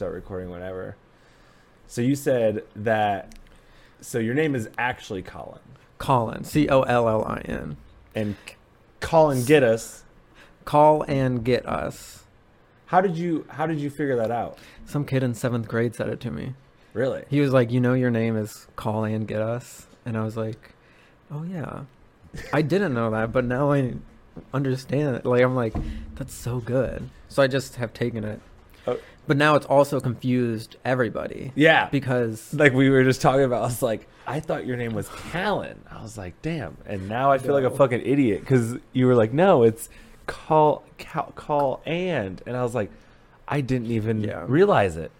recording, whatever. So you said that. So your name is actually Colin, Colin, C O L L I N. and C- Colin get us. Call and get us. How did you How did you figure that out? Some kid in seventh grade said it to me. Really? He was like, "You know, your name is Call and Get Us," and I was like, "Oh yeah, I didn't know that, but now I understand it." Like I'm like, "That's so good." So I just have taken it, Oh. but now it's also confused everybody Yeah. because like we were just talking about. I was like, I thought your name was Callan. I was like, damn. And now I feel like a No. fucking idiot because you were like, no, it's call call, call and and I was like, I didn't even Yeah. realize it.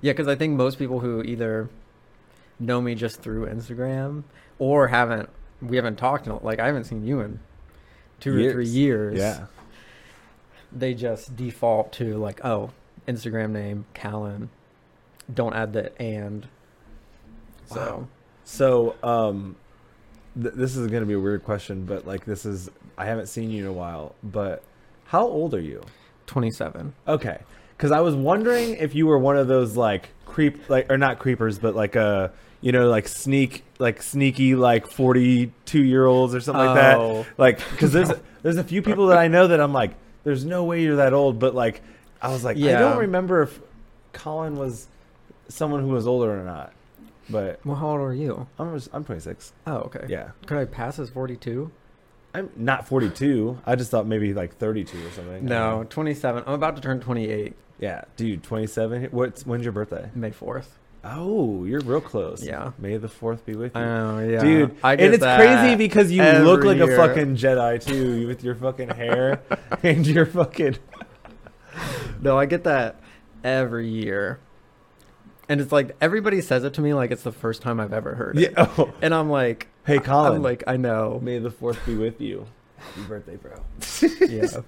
yeah, because I think most people who either know me just through Instagram or haven't we haven't talked in, like I haven't seen you in two or three years. Yeah. they just default to like, oh, Instagram name Callan. Don't add the and. So So um, th- this is gonna be a weird question, but like this is I haven't seen you in a while. But how old are you? twenty seven. Okay, because I was wondering if you were one of those like creep, like or not creepers, but like uh, you know, like sneak, like sneaky, like forty-two year olds or something like Oh. that. Like, because there's there's a few people that I know that I'm like, there's no way you're that old, but like, I was like, I Yeah. don't remember if Colin was someone who was older or not, but Well, how old are you? I'm just, I'm 26. Oh, okay. Yeah, Could I pass as forty two? I'm not 42. I just thought maybe like 32 or something. Um, No, twenty seven. I'm about to turn twenty eight Yeah, dude, 27. What's when's your birthday? May fourth. Oh, you're real close. Yeah. May the fourth be with you. I know, yeah. Dude, I get and it's that crazy because you look every like a year. fucking Jedi too, with your fucking hair and your fucking. No, I get that every year. And it's like everybody says it to me like it's the first time I've ever heard Yeah. it. Oh. And I'm like Hey, Colin. I'm like, I know. May the fourth be with you. Happy birthday, bro. yeah.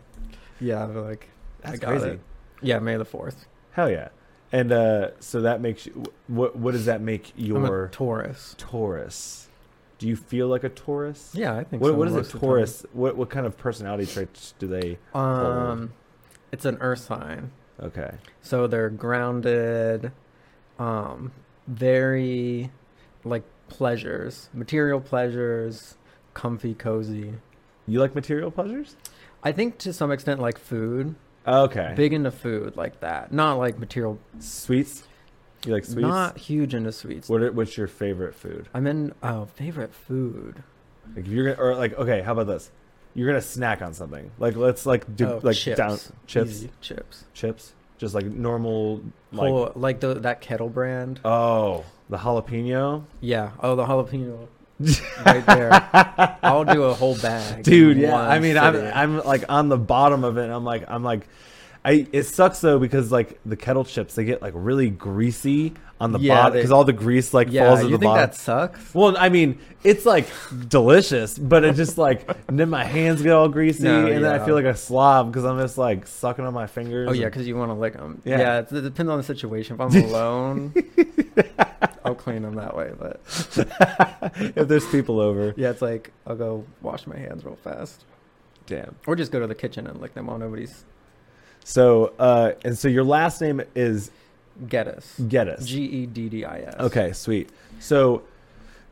Yeah, I'm like That's I got crazy. it. Yeah, May the fourth. Hell yeah! And uh, so that makes you. What What does that make I'm a your Taurus. Taurus? Do you feel like a Taurus? Yeah, I think What, so. what most is of a the time. Taurus? What What kind of personality traits do they? Um, it's an earth sign, Okay. so they're grounded, um, very like pleasures, material pleasures, comfy, cozy. You like material pleasures? I think to some extent, like food, Okay. big into food like that. Not like material, Sweets? You like sweets? not huge into sweets. What are, what's your favorite food? I'm in oh favorite food. Like if you're gonna or like okay, how about this? You're gonna snack on something. Like let's like do oh, like chips, down chips, Easy, chips. chips, just like normal like Like, like the, that kettle brand. oh the jalapeno, Yeah. Oh, the jalapeno. right there. I'll do a whole bag. dude. in Yeah, one I mean I'm sitting. I'm like on the bottom of it. And I'm like I'm like. I, it sucks though because like the kettle chips they get like really greasy on the Yeah, bottom they- because all the grease like yeah, falls to you the think bottom. that sucks? Well, I mean, it's like delicious, but it just like and then my hands get all greasy, No, and then I yeah. feel like a slob because I'm just like sucking on my fingers. Oh yeah, and- because you want to lick them. Yeah. Yeah, it, it depends on the situation. If I'm alone, I'll clean them that way. But if there's people over, yeah, it's like I'll go wash my hands real fast, damn. or just go to the kitchen and lick them while nobody's So, uh, and so your last name is get us. Geddes. G e d d i s. okay, sweet. So,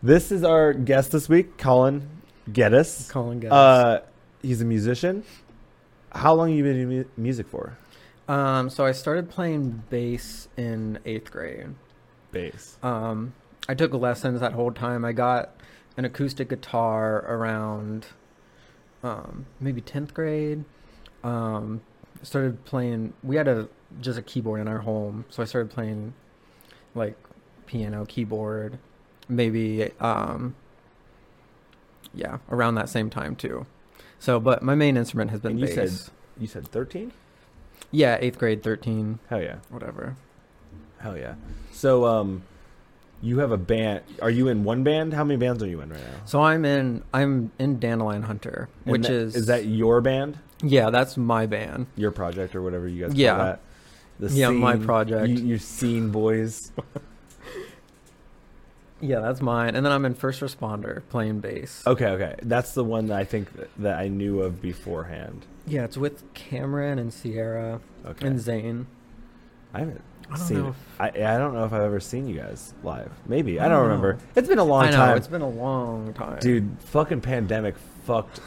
this is our guest this week, Colin Geddes. Colin Geddes. Uh, he's a musician. How long you been in mu- music for? um, so I started playing bass in eighth grade. Bass. Um, I took lessons that whole time. I got an acoustic guitar around um, maybe 10th grade. Um, started playing, we had a just a keyboard in our home. So I started playing like piano, keyboard, maybe, um, yeah, around that same time too. So, but my main instrument has been And you bass. said- You said thirteen. yeah, eighth grade, 13, Hell yeah. whatever. Hell yeah. So um you have a band. Are you in one band? How many bands are you in right now? So I'm in, I'm in Dandelion Hunter, And which that- is Is that your band? Yeah, that's my band. Your project or whatever you guys Yeah. call that? The Yeah, my scene- project. You, you've seen boys. Yeah, that's mine. And then I'm in First Responder playing bass. Okay, okay. That's the one that I think that, that I knew of beforehand. Yeah, it's with Cameron and Sierra Okay. and Zane. I haven't I don't seen. know. I I don't know if I've ever seen you guys live. Maybe I don't remember. It's been a long I know time, it's been a long time, dude. Fucking pandemic fucked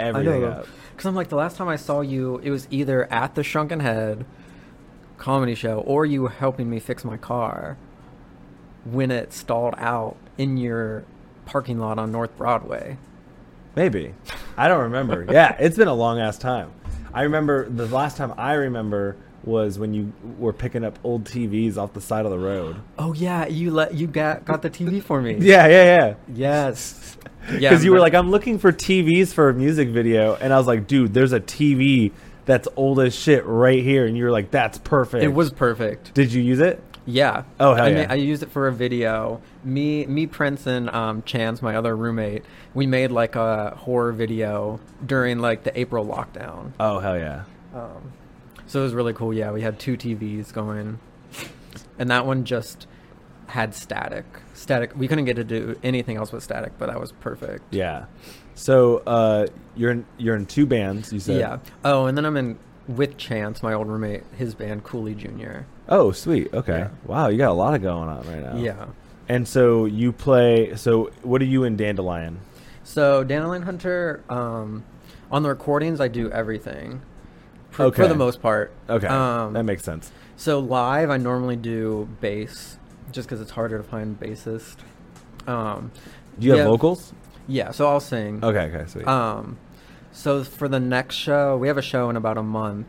I everything know. up. Because I'm like, the last time I saw you, it was either at the Shrunken Head comedy show or you were helping me fix my car when it stalled out in your parking lot on North Broadway. Maybe. I don't remember. yeah, it's been a long ass time. I remember the last time I remember was when you were picking up old TVs off the side of the road. Oh yeah, you let you got got the TV for me. Yeah, yeah, yeah. Yes. Yeah, Because you were but- like, I'm looking for TVs for a music video, and I was like, dude, there's a TV that's old as shit right here, and you were like, that's perfect. It was perfect. Did you use it? Yeah. Oh, hell I yeah. I used it for a video. Me, me, Prince, and um, Chance, my other roommate, we made like a horror video during like the April lockdown. Oh hell yeah. Um, so it was really cool. Yeah, we had two TVs going, and that one just had static. Static. We couldn't get to do anything else with static, but that was perfect. Yeah. So uh, you're in you're in two bands. You said. yeah. Oh, and then I'm in with Chance, my old roommate, his band Cooley Jr. Oh sweet. Okay. Yeah. Wow, you got a lot of going on right now. Yeah. And so you play. So what are you in Dandelion? So Dandelion Hunter, um, on the recordings, I do everything. For, Okay. for the most part. Okay. Um, that makes sense. So live, I normally do bass, just because it's harder to find bassist. Um, Do you have yeah, vocals? Yeah. So I'll sing. Okay. Okay. Sweet. Um, so for the next show, we have a show in about a month.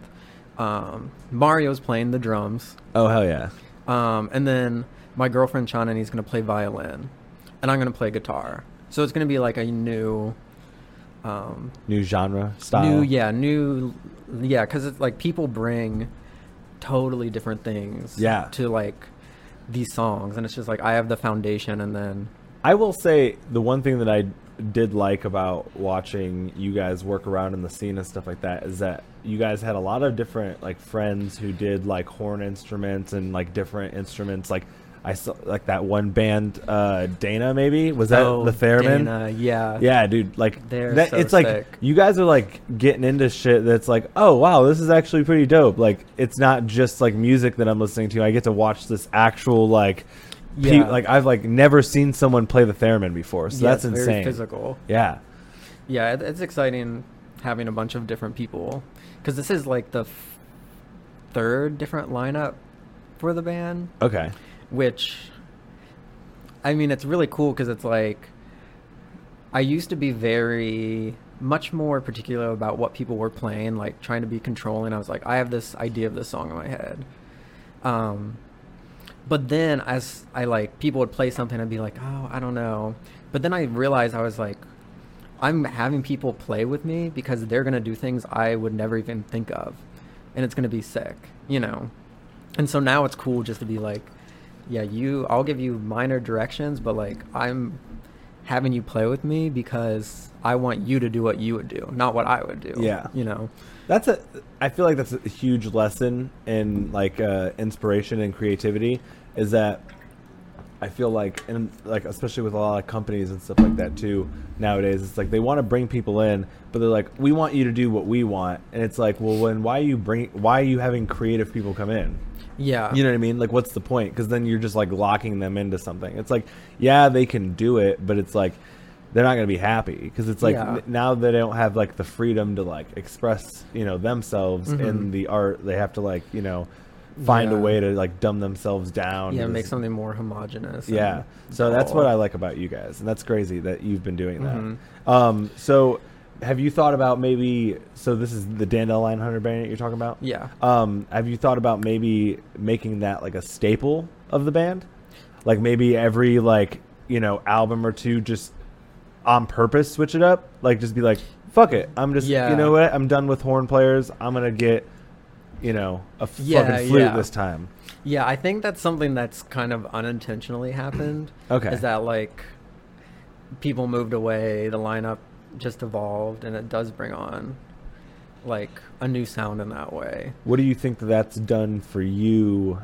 Um, Mario's playing the drums, oh hell yeah. um, and then my girlfriend Chanani's gonna play violin, and I'm gonna play guitar. So it's gonna be like a new, um, New genre style. new yeah, new yeah, because it's like people bring totally different things Yeah. to like these songs, and it's just like I have the foundation, and then I will say the one thing that I did like about watching you guys work around in the scene and stuff like that is that you guys had a lot of different like friends who did like horn instruments and like different instruments like I saw like that one band uh Dana maybe was that oh, the theremin Dana, yeah, yeah dude like They're that, so it's like sick. you guys are like getting into shit that's like oh wow this is actually pretty dope like it's not just like music that i'm listening to i get to watch this actual like pe- Yeah. like i've like never seen someone play the theremin before so Yeah, that's it's very insane physical. yeah Yeah, it, it's exciting having a bunch of different people because this is like the f- third different lineup for the band, okay which I mean, it's really cool because it's like I used to be very much more particular about what people were playing, like trying to be controlling. I was like, I have this idea of this song in my head. Um, but then as I like people would play something and be like, "Oh, I don't know." But then I realized I was like I'm having people play with me because they're going to do things I would never even think of and it's going to be sick, you know. And so now it's cool just to be like, yeah, you I'll give you minor directions, but like I'm having you play with me because I want you to do what you would do, not what I would do. Yeah. You know. that's a i feel like that's a huge lesson in like uh inspiration and creativity is that i feel like and like especially with a lot of companies and stuff like that too nowadays it's like they want to bring people in but they're like we want you to do what we want and it's like well when why are you bring why are you having creative people come in Yeah. you know what i mean like what's the point because then you're just like locking them into something it's like yeah they can do it but it's like they're not going to be happy because it's like Yeah. n- now they don't have like the freedom to like express you know themselves in the art they have to like you know find a Mm-hmm. Yeah. way to like dumb themselves down yeah, to make this- something more homogenous. yeah and so that's what cool. i like about you guys and that's crazy that you've been doing that Mm-hmm. um so have you thought about maybe so this is the dandelion hunter band that you're talking about Yeah. um, have you thought about maybe making that like a staple of the band? Like maybe every like you know album or two, just on purpose switch it up. Like just be like, fuck it, I'm just Yeah. you know what, I'm done with horn players. I'm gonna get you know a f- Yeah, fucking flute yeah. this time. Yeah, I think that's something that's kind of unintentionally happened. Okay. Is that like people moved away, the lineup just evolved, and it does bring on like a new sound in that way. What do you think that that's done for you,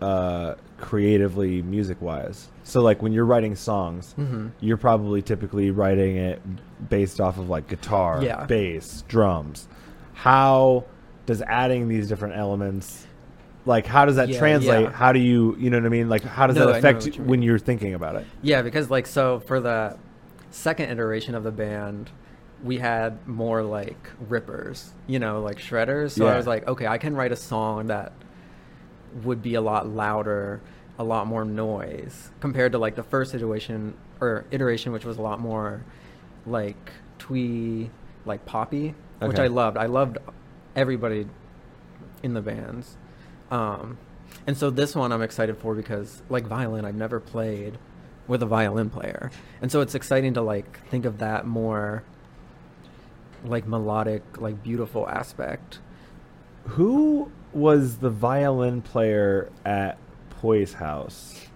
uh, creatively, music wise? So like when you're writing songs, Mhm. you're probably typically writing it based off of like guitar, Yeah. bass, drums. How does adding these different elements like how does that Yeah, translate? yeah. How do you you know what I mean? Like how does No, I that know affect what you when mean. you're thinking about it? Yeah, because like so for the second iteration of the band, we had more like rippers, you know, like shredders. So Yeah. I was like, okay, I can write a song that would be a lot louder, a lot more noise compared to like the first situation or iteration, which was a lot more like twee, like poppy, which Okay. I loved. I loved everybody in the bands. Um, and so this one I'm excited for because like violin, I've never played with a violin player, and so it's exciting to like think of that more like melodic, like beautiful aspect. Who was the violin player at Poise House?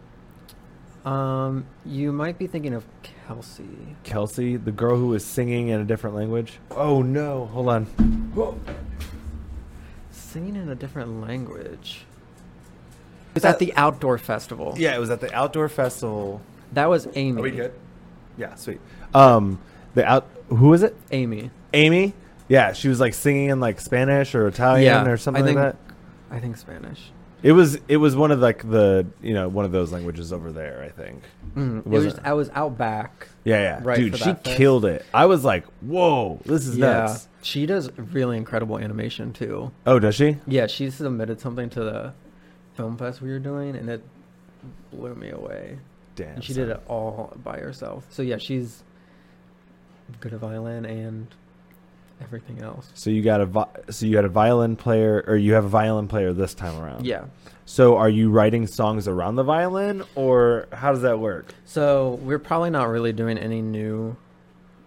Um, you might be thinking of Kelsey. Kelsey, the girl who was singing in a different language. Oh no! Hold on. Whoa. Singing in a different language. It was That- at the outdoor festival. Uh, Yeah, it was at the outdoor festival. That was Amy. Yeah, sweet. Um, the out. Who was it? Amy. Amy. Yeah, she was like singing in like Spanish or Italian or something I think, like that. I think Spanish. It was it was one of like the you know one of those languages over there. I think. Mm, it was Wasn't- just, I was out back. Yeah, yeah, Right dude, for she that fest. killed it. I was like, whoa, this is nuts. She does really incredible animation too. Oh, does she? Yeah, she submitted something to the film fest we were doing and it blew me away. Damn. and she son. did it all by herself. So yeah, she's good at violin and everything else. So you got a vi- so you had a violin player, or you have a violin player this time around. Yeah. So are you writing songs around the violin, or how does that work? So we're probably not really doing any new.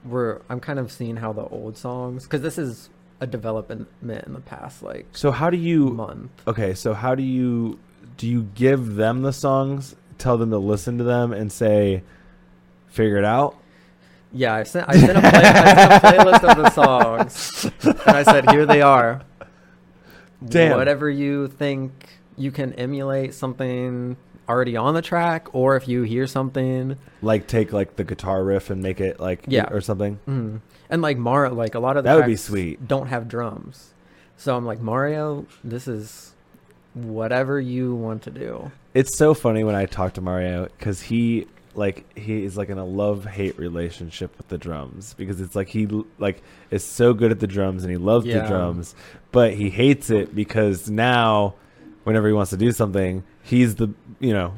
We're I'm kind of seeing how the old songs because this is a development in the past like So how do you? month. Okay, so how do you do you give them the songs, tell them to listen to them, and say, figure it out? Yeah, I sent I sent a, play, I sent a playlist of the songs, and I said, "Here they are. Damn. Whatever you think you can emulate something already on the track, or if you hear something, Like take like the guitar riff and make it like Yeah. or something. mm. and like Mario, like a lot of the That would be tracks sweet. Don't have drums, so I'm like Mario. This is whatever you want to do. It's so funny when I talk to Mario because he like he is like in a love hate relationship with the drums because it's like he like is so good at the drums and he loves the Yeah. drums, but he hates it because now whenever he wants to do something, he's the you know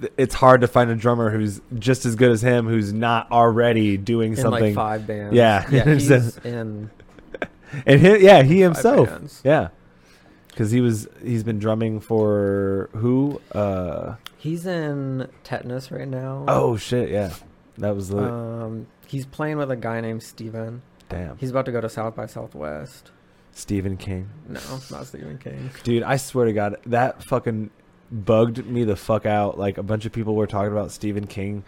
th- it's hard to find a drummer who's just as good as him who's not already doing In like something. five bands, Yeah. yeah, It's a- he's in and he, yeah, he five himself. bands. Yeah. Cuz he was he's been drumming for who? Uh He's in Tetanus right now. oh shit, yeah. That was the Um, he's playing with a guy named Steven. Damn. He's about to go to South by Southwest. Stephen King. No, not Stephen King. Dude, I swear to God, that fucking bugged me the fuck out. Like, a bunch of people were talking about Stephen King.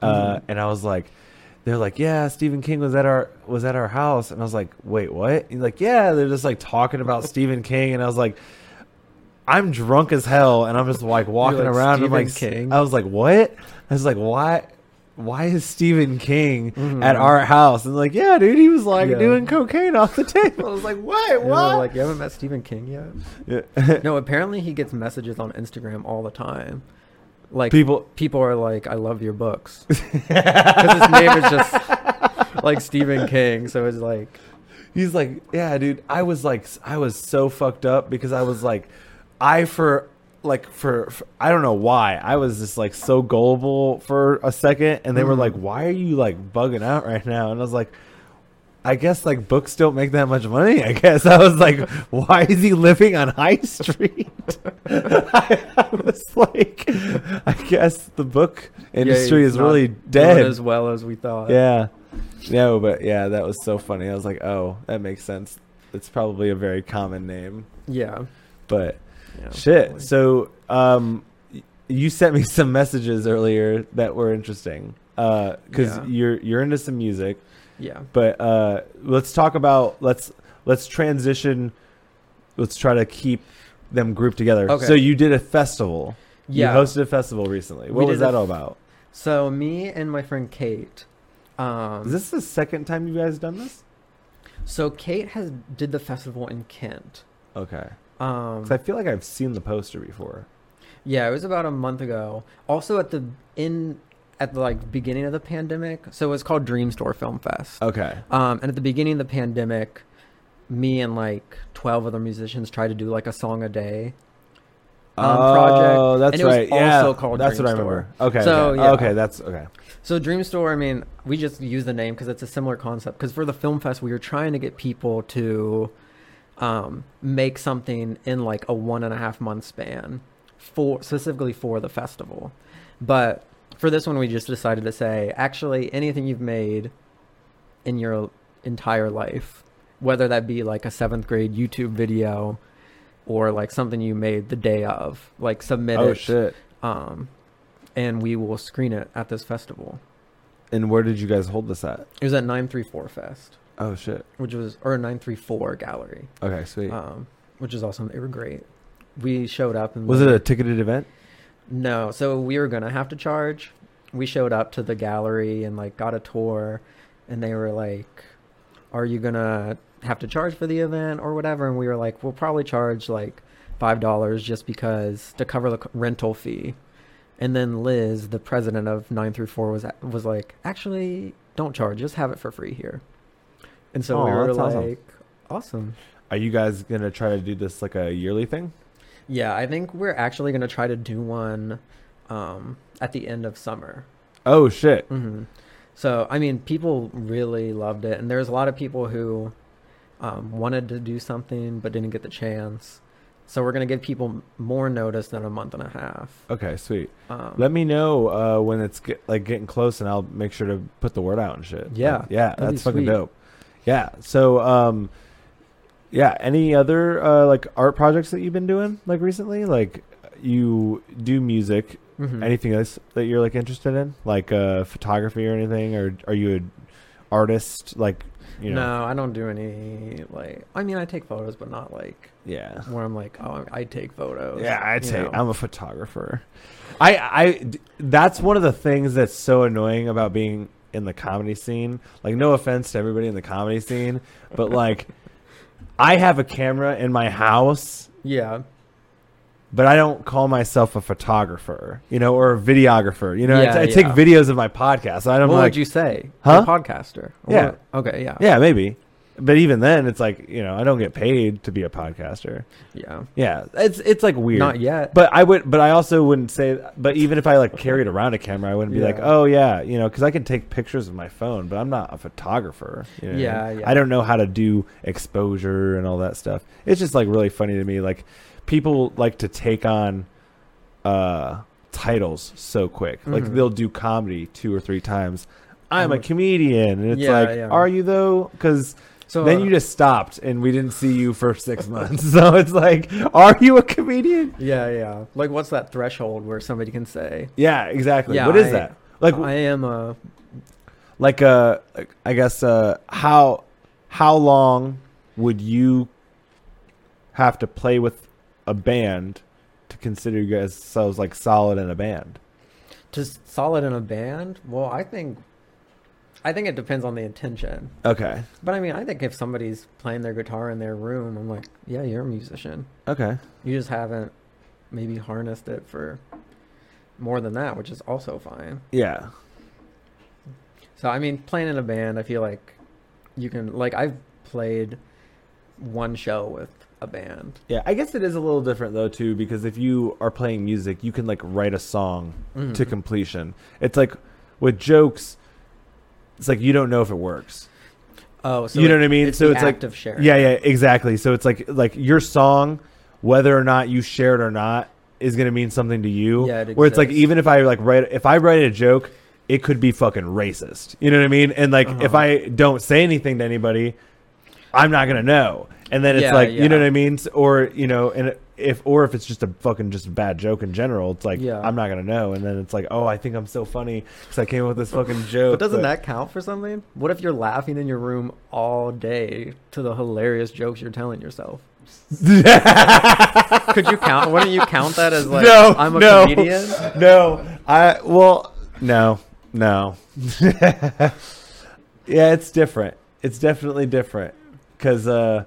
Uh, Mhm. And I was like, they're like, yeah, Stephen King was at our was at our house, and I was like, wait, what? He's like, yeah, they're just like talking about Stephen King, and I was like, I'm drunk as hell, and I'm just like walking like, around. and I'm "Stephen like, King?" I was like, what? I was like, why? Why is Stephen King at Mhm. our house? And like, yeah, dude, he was like Yeah. doing cocaine off the table. I was like, wait, And they're what? Like you haven't met Stephen King yet? Yeah. No, apparently he gets messages on Instagram all the time. Like People- people are like, "I love your books," because his name is just like Stephen King. So it's like, He's like, yeah, dude. I was like, I was so fucked up because I was like, I for like for, for I don't know why I was just like so gullible for a second, and they were Mhm. like, why are you like bugging out right now? And I was like. I guess like books don't make that much money. I guess I was like, why is he living on High Street? I, was like, I guess the book industry yeah, is he's not really doing dead. as well as we thought. Yeah. No, but yeah, that was so funny. I was like, oh, that makes sense. It's probably a very common name, yeah, but yeah. shit. totally. So, um, y- you sent me some messages earlier that were interesting. Uh, because Yeah. you're you're into some music, yeah. but uh, let's talk about let's let's transition. Let's try to keep them grouped together. Okay. So you did a festival. Yeah. You hosted a festival recently. What We was did a that all f- about? So me and my friend Kate. Um, Is this the second time you guys done this? So Kate has did the festival in Kent, Okay. Um, 'Cause I feel like I've seen the poster before. Yeah, it was about a month ago. Also at the in at the like beginning of the pandemic. So it's called Dream Store Film Fest. Okay. Um, and at the beginning of the pandemic, me and like twelve other musicians tried to do like a song a day. Um, project, Oh, that's and it was right. yeah, also called that's Dream what I Store. remember. Okay. So, okay. yeah. okay, that's okay. So Dream Store, I mean, we just use the name because it's a similar concept. Because for the film fest, we were trying to get people to um, make something in like a one and a half month span for specifically for the festival. But for this one, we just decided to say actually anything you've made in your entire life, whether that be like a seventh grade YouTube video or like something you made the day of, like submit Oh it, shit. um, and we will screen it at this festival. And where did you guys hold this at? It was at 934 Fest, Oh shit. which was or 934 Gallery, Okay, sweet. um, which is awesome. They were great. We showed up and was it a ticketed event? no? So we were gonna have to charge. We showed up to the gallery and like got a tour, and they were like, "Are you gonna have to charge for the event or whatever?" And we were like, "We'll probably charge like five dollars just because to cover the c- rental fee." And then Liz, the president of Nine Through Four, was was like, "Actually, don't charge. Just have it for free here." And so we Aw, were that's like, awesome. "Awesome." Are you guys gonna try to do this like a yearly thing? Yeah, I think we're actually gonna try to do one um, at the end of summer. Oh shit. hmm So I mean, people really loved it, and there's a lot of people who um, wanted to do something but didn't get the chance. So we're gonna give people m- more notice than a month and a half. Okay, sweet. Um, Let me know uh, when it's get, like getting close, and I'll make sure to put the word out and shit. Yeah, Like, yeah, that'd be that's fucking sweet. dope. Yeah. So, um, yeah. Any other uh, like art projects that you've been doing like recently? Like you do music. mhm. Anything else that you're like interested in, like uh, photography or anything, or are you an artist? Like, you know, No, I don't do any like. I mean, I take photos, but not like yeah. where I'm like, oh, I take photos. Yeah, I'd you say know? I'm a photographer. I, I, d- that's one of the things that's so annoying about being in the comedy scene. Like, no offense to everybody in the comedy scene, but like, I have a camera in my house, yeah, but I don't call myself a photographer, you know, or a videographer. You know, I t- Yeah, I, take yeah. videos of my podcast. I don't what like, would you say? Huh? A podcaster. Or- Yeah. Okay. Yeah. yeah, maybe. But even then, it's like you know, I don't get paid to be a podcaster. Yeah. Yeah, it's it's like weird. Not yet. But I would, but I also wouldn't say. But even if I like carried around a camera, I wouldn't be like, Yeah. oh yeah, you know, because I can take pictures of my phone, but I'm not a photographer. you know what I mean? Yeah, yeah. I don't know how to do exposure and all that stuff. It's just like really funny to me. Like people like to take on uh titles so quick. Like Mhm. they'll do comedy two or three times. I'm a Mhm. comedian, and it's Yeah, like, yeah. are you though? Because So then uh, you just stopped and we didn't see you for six months. So it's like, are you a comedian? Yeah, yeah. Like, what's that threshold where somebody can say, Yeah, exactly. Yeah, what is I- that? Like, "I am a like uh, I guess uh, how how long would you have to play with a band to consider you guys yourselves like solid in a band? just solid in a band"? Well, I think, I think it depends on the intention. Okay, But I mean, I think if somebody's playing their guitar in their room, I'm like, "Yeah, you're a musician. okay, You just haven't maybe harnessed it for more than that, which is also fine." yeah, So I mean, playing in a band, I feel like you can like I've played one show with a band. yeah. I guess it is a little different though too because if you are playing music, you can like write a song to Mhm. completion. It's like with jokes, it's like you don't know if it works. Oh, so you know it- what I mean? It's so the it's like act of sharing. yeah, yeah, exactly. So it's like like your song, whether or not you share it or not, is gonna mean something to you. Yeah, it Where it's like exists. even if I like write if I write a joke, it could be fucking racist. You know what I mean? And like if Uh-huh. I don't say anything to anybody, I'm not gonna know. And then it's Yeah, like you know yeah. what I mean? S- Or you know and. If or if it's just a fucking just a bad joke in general, it's like Yeah. I'm not gonna know. And then it's like, oh, I think I'm so funny because I came up with this fucking joke. But doesn't that count for something? What if you're laughing in your room all day to the hilarious jokes you're telling yourself? Could you count? wouldn't you count that as like No, I'm a no. comedian? no, I well, no, no. yeah, it's different. It's definitely different because uh,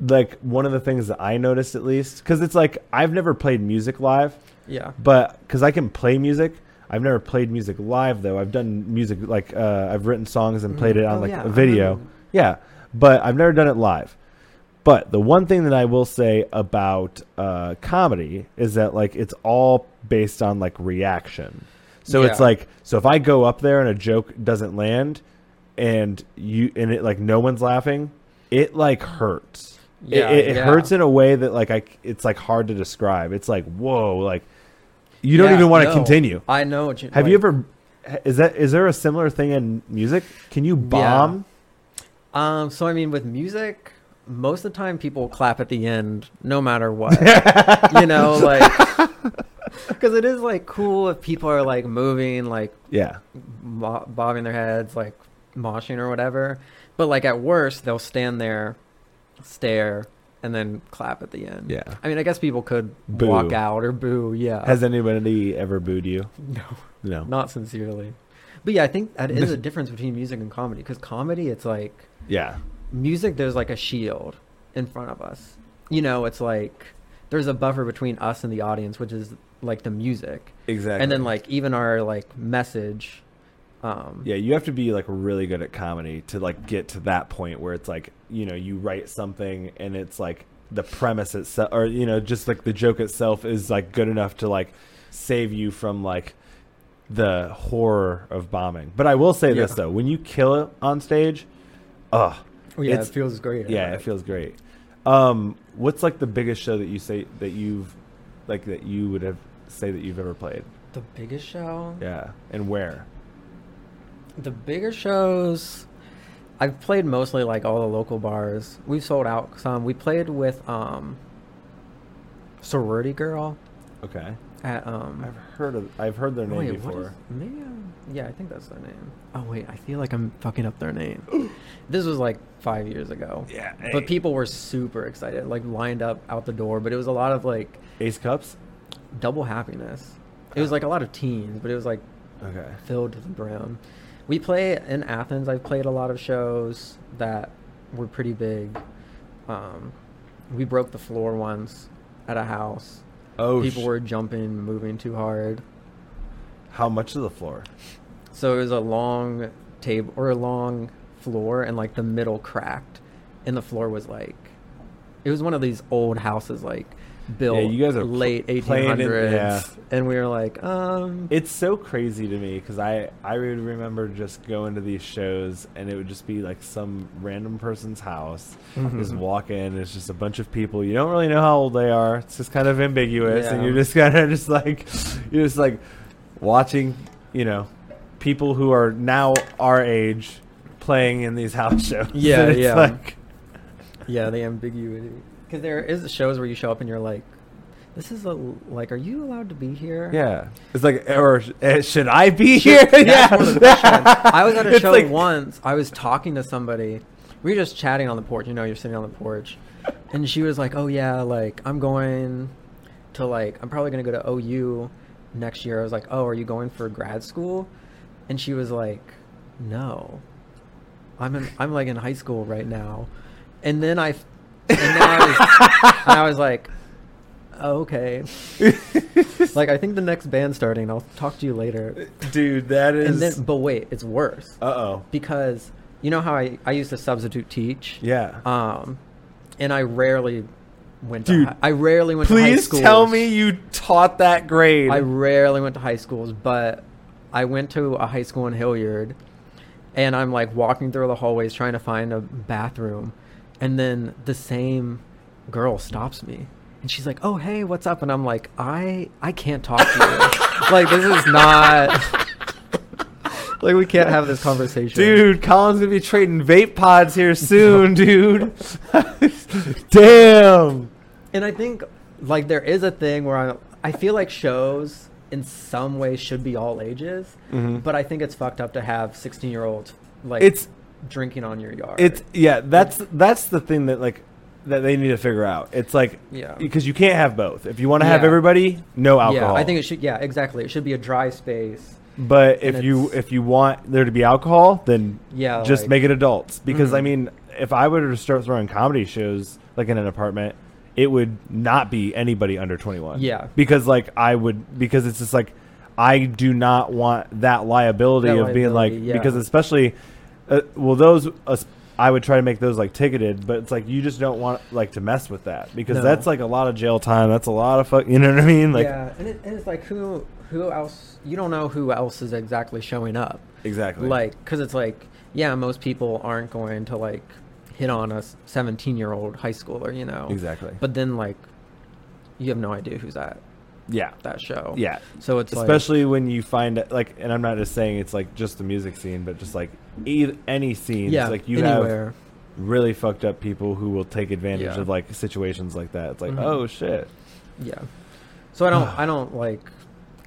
like one of the things that I noticed at least because it's like I've never played music live, Yeah. but because I can play music. I've never played music live though. I've done music like uh, I've written songs and played it on Oh, like yeah, I a video. remember. Yeah, but I've never done it live. But the one thing that I will say about uh, comedy is that like it's all based on like reaction. So it's Yeah. like so if I go up there and a joke doesn't land, and you and it like no one's laughing, it like hurts. It- Yeah, it, it yeah. hurts in a way that like I c- it's like hard to describe. It's like whoa, like you don't Yeah, even want to no. continue. I know. What you, Have like- you ever? Is that is there a similar thing in music? Can you bomb? Um, so I mean, with music, most of the time people clap at the end, no matter what. you know, like because it is like cool if people are like moving, like Yeah, mo- bobbing their heads, like moshing or whatever. But like at worst, they'll stand there, stare, and then clap at the end. yeah. I mean, I guess people could Boo. walk out or boo. Yeah. Has anybody ever booed you? no. No. Not sincerely. But yeah, I think that is a difference between music and comedy because comedy, it's like Yeah. music, there's like a shield in front of us. You know, it's like there's a buffer between us and the audience, which is like the music. Exactly. And then like even our like message. Um, Yeah, you have to be like really good at comedy to like get to that point where it's like you know you write something and it's like the premise itself or you know just like the joke itself is like good enough to like save you from like the horror of bombing. But I will say this Yeah. though, when you kill it on stage, ugh, oh, yeah, it's- it feels great. yeah, it feels great. Um, what's like the biggest show that you say that you've like that you would have say that you've ever played? the biggest show. Yeah, and where? The bigger shows, I've played mostly like all the local bars. We've sold out some. We played with um, Sorority Girl Okay, at um. oh, I've heard of I've heard their name wait, before. what is? Maybe I'm- yeah, I think that's their name. Oh wait, I feel like I'm fucking up their name. this was like five years ago. Yeah, hey. But people were super excited, like lined up out the door. But it was a lot of like Ace Cups? double happiness. It was like a lot of teens, but it was like Okay. filled to the brim. We play in Athens. I've played a lot of shows that were pretty big. Um, we broke the floor once at a house. Oh, People sh- were jumping, moving too hard. How much of the floor? So it was a long table or a long floor, and like the middle cracked, and the floor was like, it was one of these old houses like built you guys are pl- late playing in- 1800s, yeah. and we were like, um, It's so crazy to me because I I would remember just going to these shows and it would just be like some random person's house. Just Mhm. walk in, and it's just a bunch of people. You don't really know how old they are. It's just kind of ambiguous, and Yeah. you're just kind of just like you're just like watching, you know, people who are now our age playing in these house shows. Yeah, And it's yeah. Like, Yeah, the ambiguity. Because there is shows where you show up and you're like, "This is a like, are you allowed to be here?" Yeah, it's like, or sh- eh, should I be Should- here? yeah, that's one of the questions. I was at a It's show like- once. I was talking to somebody. We were just chatting on the porch. You know, you're sitting on the porch, and she was like, "Oh yeah, like I'm going to like I'm probably gonna go to OU next year." I was like, "Oh, are you going for grad school?" And she was like, "No, I'm in, I'm like in high school right now." And then I, f- and then I was, and I was like, oh, "Okay." Like I think the next band's starting. I'll talk to you later. dude, that is. And then, but wait, it's worse uh oh. because you know how I, I used to substitute teach. Yeah. Um, and I rarely went. Dude, to hi- I rarely went. to high Please schools. tell me you taught that grade. I rarely went to high schools, but I went to a high school in Hilliard, and I'm like walking through the hallways trying to find a bathroom, and then the same girl stops me, and she's like, "Oh hey, what's up?" And I'm like, "I I can't talk to you. like this is not." Like we can't have this conversation, dude, Colin's gonna be trading vape pods here soon, dude. Damn. And I think like there is a thing where I I feel like shows in some ways should be all ages, but I think it's fucked up to have 16 year olds like Mm-hmm. It's drinking on your yard. it's yeah. That's that's the thing that like that they need to figure out. It's like Yeah. because you can't have both. If you want to have Yeah. everybody, no alcohol. yeah. I think it should. Yeah, exactly. It should be a dry space. But And if you it's- if you want there to be alcohol, then Yeah, just like- make it adults. Because I Mhm. mean, if I were to start throwing comedy shows like in an apartment, it would not be anybody under 21. Yeah. Because like I would because it's just like I do not want that liability That of being like liability, yeah. because especially uh, well those uh, I would try to make those like ticketed, but it's like you just don't want like to mess with that because No. that's like a lot of jail time. That's a lot of fuck. You know what I mean? Like yeah, and, it, and it's like who who else? You don't know who else is exactly showing up. exactly. Like, because it's like, yeah, most people aren't going to like hit on a seventeen-year-old high schooler, you know. exactly. But then, like, you have no idea who's at yeah. that show. Yeah. So it's like- especially when you find like and i'm not just saying it's like just the music scene but just like e- any scene yeah, it's like you have anywhere. really fucked up people who will take advantage Yeah. of like situations like that it's like Mhm. oh shit Yeah. So I don't I don't like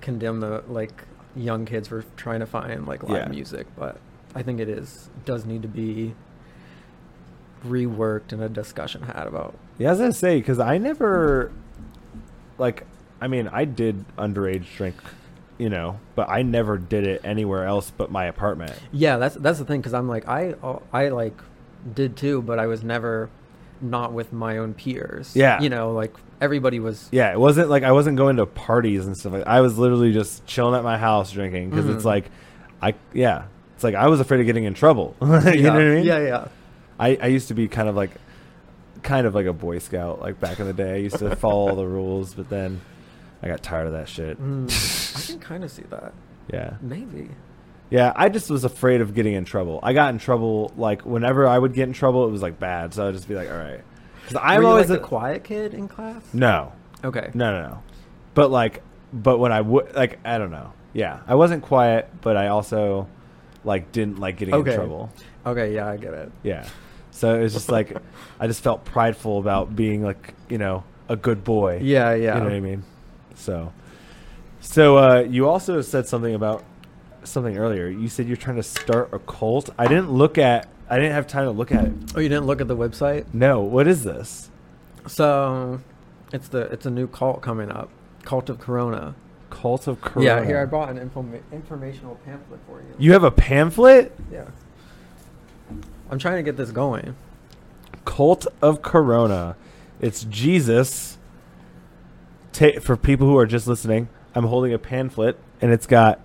condemn the like young kids for trying to find like live Yeah. music, but I think it is does need to be reworked and a discussion had about yeah as i say because i never like i mean i did underage drink you know but i never did it anywhere else but my apartment Yeah, that's that's the thing because I'm like I uh, I like did too, but I was never not with my own peers. Yeah. you know, like everybody was. Yeah, it wasn't like I wasn't going to parties and stuff like. I was literally just chilling at my house drinking because Mhm. it's like, I yeah, it's like I was afraid of getting in trouble. you Yeah. know what I mean? Yeah, yeah. I I used to be kind of like, kind of like a boy scout like back in the day. I used to follow all the rules, but then I got tired of that shit. Mm, I can kind of see that. Yeah. Maybe. Yeah, I just was afraid of getting in trouble. I got in trouble like whenever I would get in trouble, it was like bad. So I'd just be like, all right, because I'm Were you, always like, a- a quiet kid in class. No, Okay. No, no, no. But like, but when I would like, I don't know. Yeah, I wasn't quiet, but I also like didn't like getting Okay. in trouble. Okay. Yeah, I get it. Yeah. So it was just like, I just felt prideful about being like, you know, a good boy. Yeah, yeah. You know what I mean? So, so uh, you also said something about something earlier. You said you're trying to start a cult. I didn't look at. I didn't have time to look at it. Oh, you didn't look at the website. No. What is this? So, it's the it's a new cult coming up, Cult of Corona. Cult of Corona. Yeah. Here I brought an informa- informational pamphlet for you. You have a pamphlet. Yeah. I'm trying to get this going. Cult of Corona. It's Jesus. Ta- for people who are just listening, I'm holding a pamphlet and it's got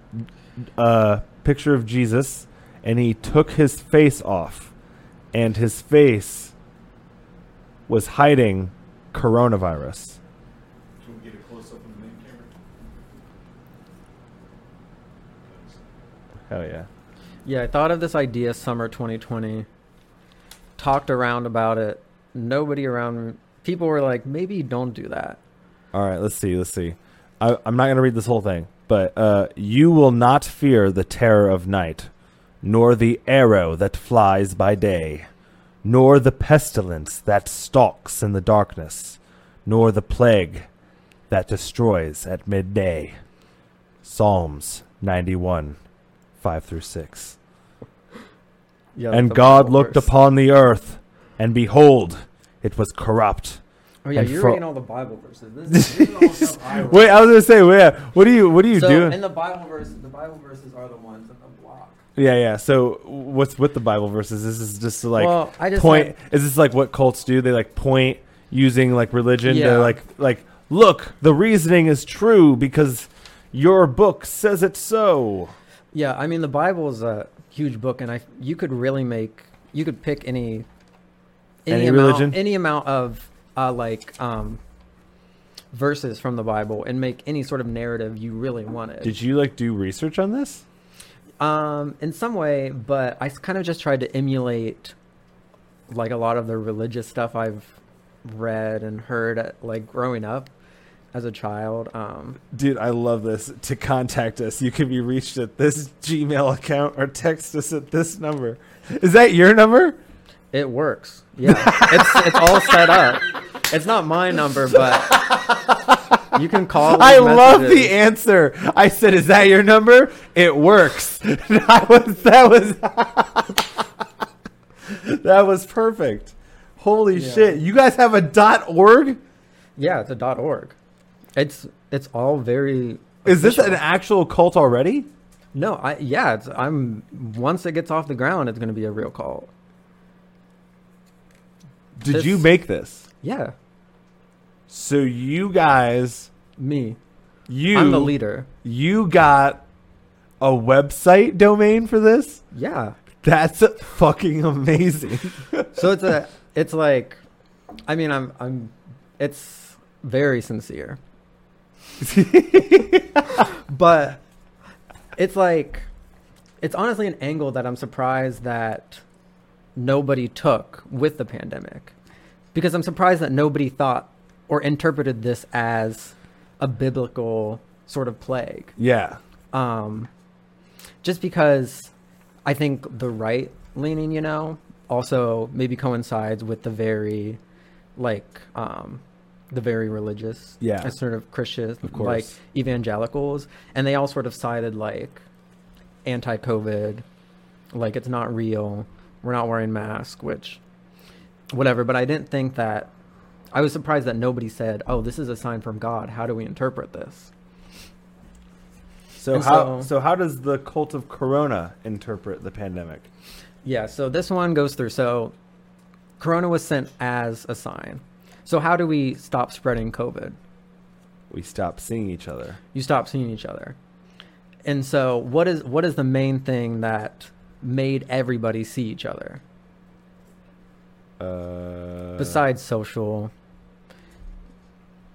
a picture of Jesus and he took his face off and his face was hiding coronavirus. Can we get a close up on the main camera? Hell yeah. Yeah, I thought of this idea summer 2020. Talked around about it. Nobody around. People were like, maybe don't do that. All right, let's see. Let's see. I, I'm not going to read this whole thing, but uh, you will not fear the terror of night, nor the arrow that flies by day, nor the pestilence that stalks in the darkness, nor the plague that destroys at midday. Psalms 91, 5 through 6. Yeah. And that's a God lot looked worse. upon the earth, and behold, it was corrupt. Oh yeah, and you're fro- reading all the Bible verses. This, this is all stuff I read. Wait, I was going to say, wait, what do you, what do you so, do? And the Bible verses, the Bible verses are the ones in the block. Yeah, yeah. So what's with the Bible verses? This is just to like Well, I just point. had- is this like what cults do? They like point using like religion Yeah. to like like look. The reasoning is true because your book says it so. Yeah, I mean the Bible is a huge book, and I you could really make you could pick any Any amount, religion? any amount of uh, like um, verses from the Bible, and make any sort of narrative you really wanted. Did you like do research on this? Um, in some way, but I s- kind of just tried to emulate like a lot of the religious stuff I've read and heard at, like growing up as a child. Um, Dude, I love this. To contact us, you can be reached at this Gmail account or text us at this number. Is that your number? It works. Yeah. it's it's all set up. It's not my number, but you can call. leave I love the messages. answer. I said, "Is that your number?" It works. that was that was that was perfect. Holy Yeah. shit! You guys have a dot org. Yeah, it's a dot org. It's it's all very. Is this an official. actual cult already? No, I yeah. It's I'm once it gets off the ground, it's going to be a real call. Did This- you make this? Yeah, So you guys, me. you I'm the leader. You got a website domain for this? Yeah. That's fucking amazing. So it's a it's like I mean I'm I'm it's very sincere. but it's like it's honestly an angle that I'm surprised that nobody took with the pandemic. Because I'm surprised that nobody thought or interpreted this as a biblical sort of plague. yeah. um, just because I think the right leaning, you know, also maybe coincides with the very, like, um, the very religious, Yeah. and sort of Christian, Of course. like evangelicals, and they all sort of sided like anti-COVID, like it's not real, we're not wearing masks, which, whatever. But I didn't think that. I was surprised that nobody said, "Oh, this is a sign from God. How do we interpret this?" So And how so, so- how does the cult of corona interpret the pandemic? Yeah, so this one goes through. So Corona was sent as a sign. So how do we stop spreading COVID? We stop seeing each other. You stop seeing each other. And so what is what is the main thing that made everybody see each other Uh besides social?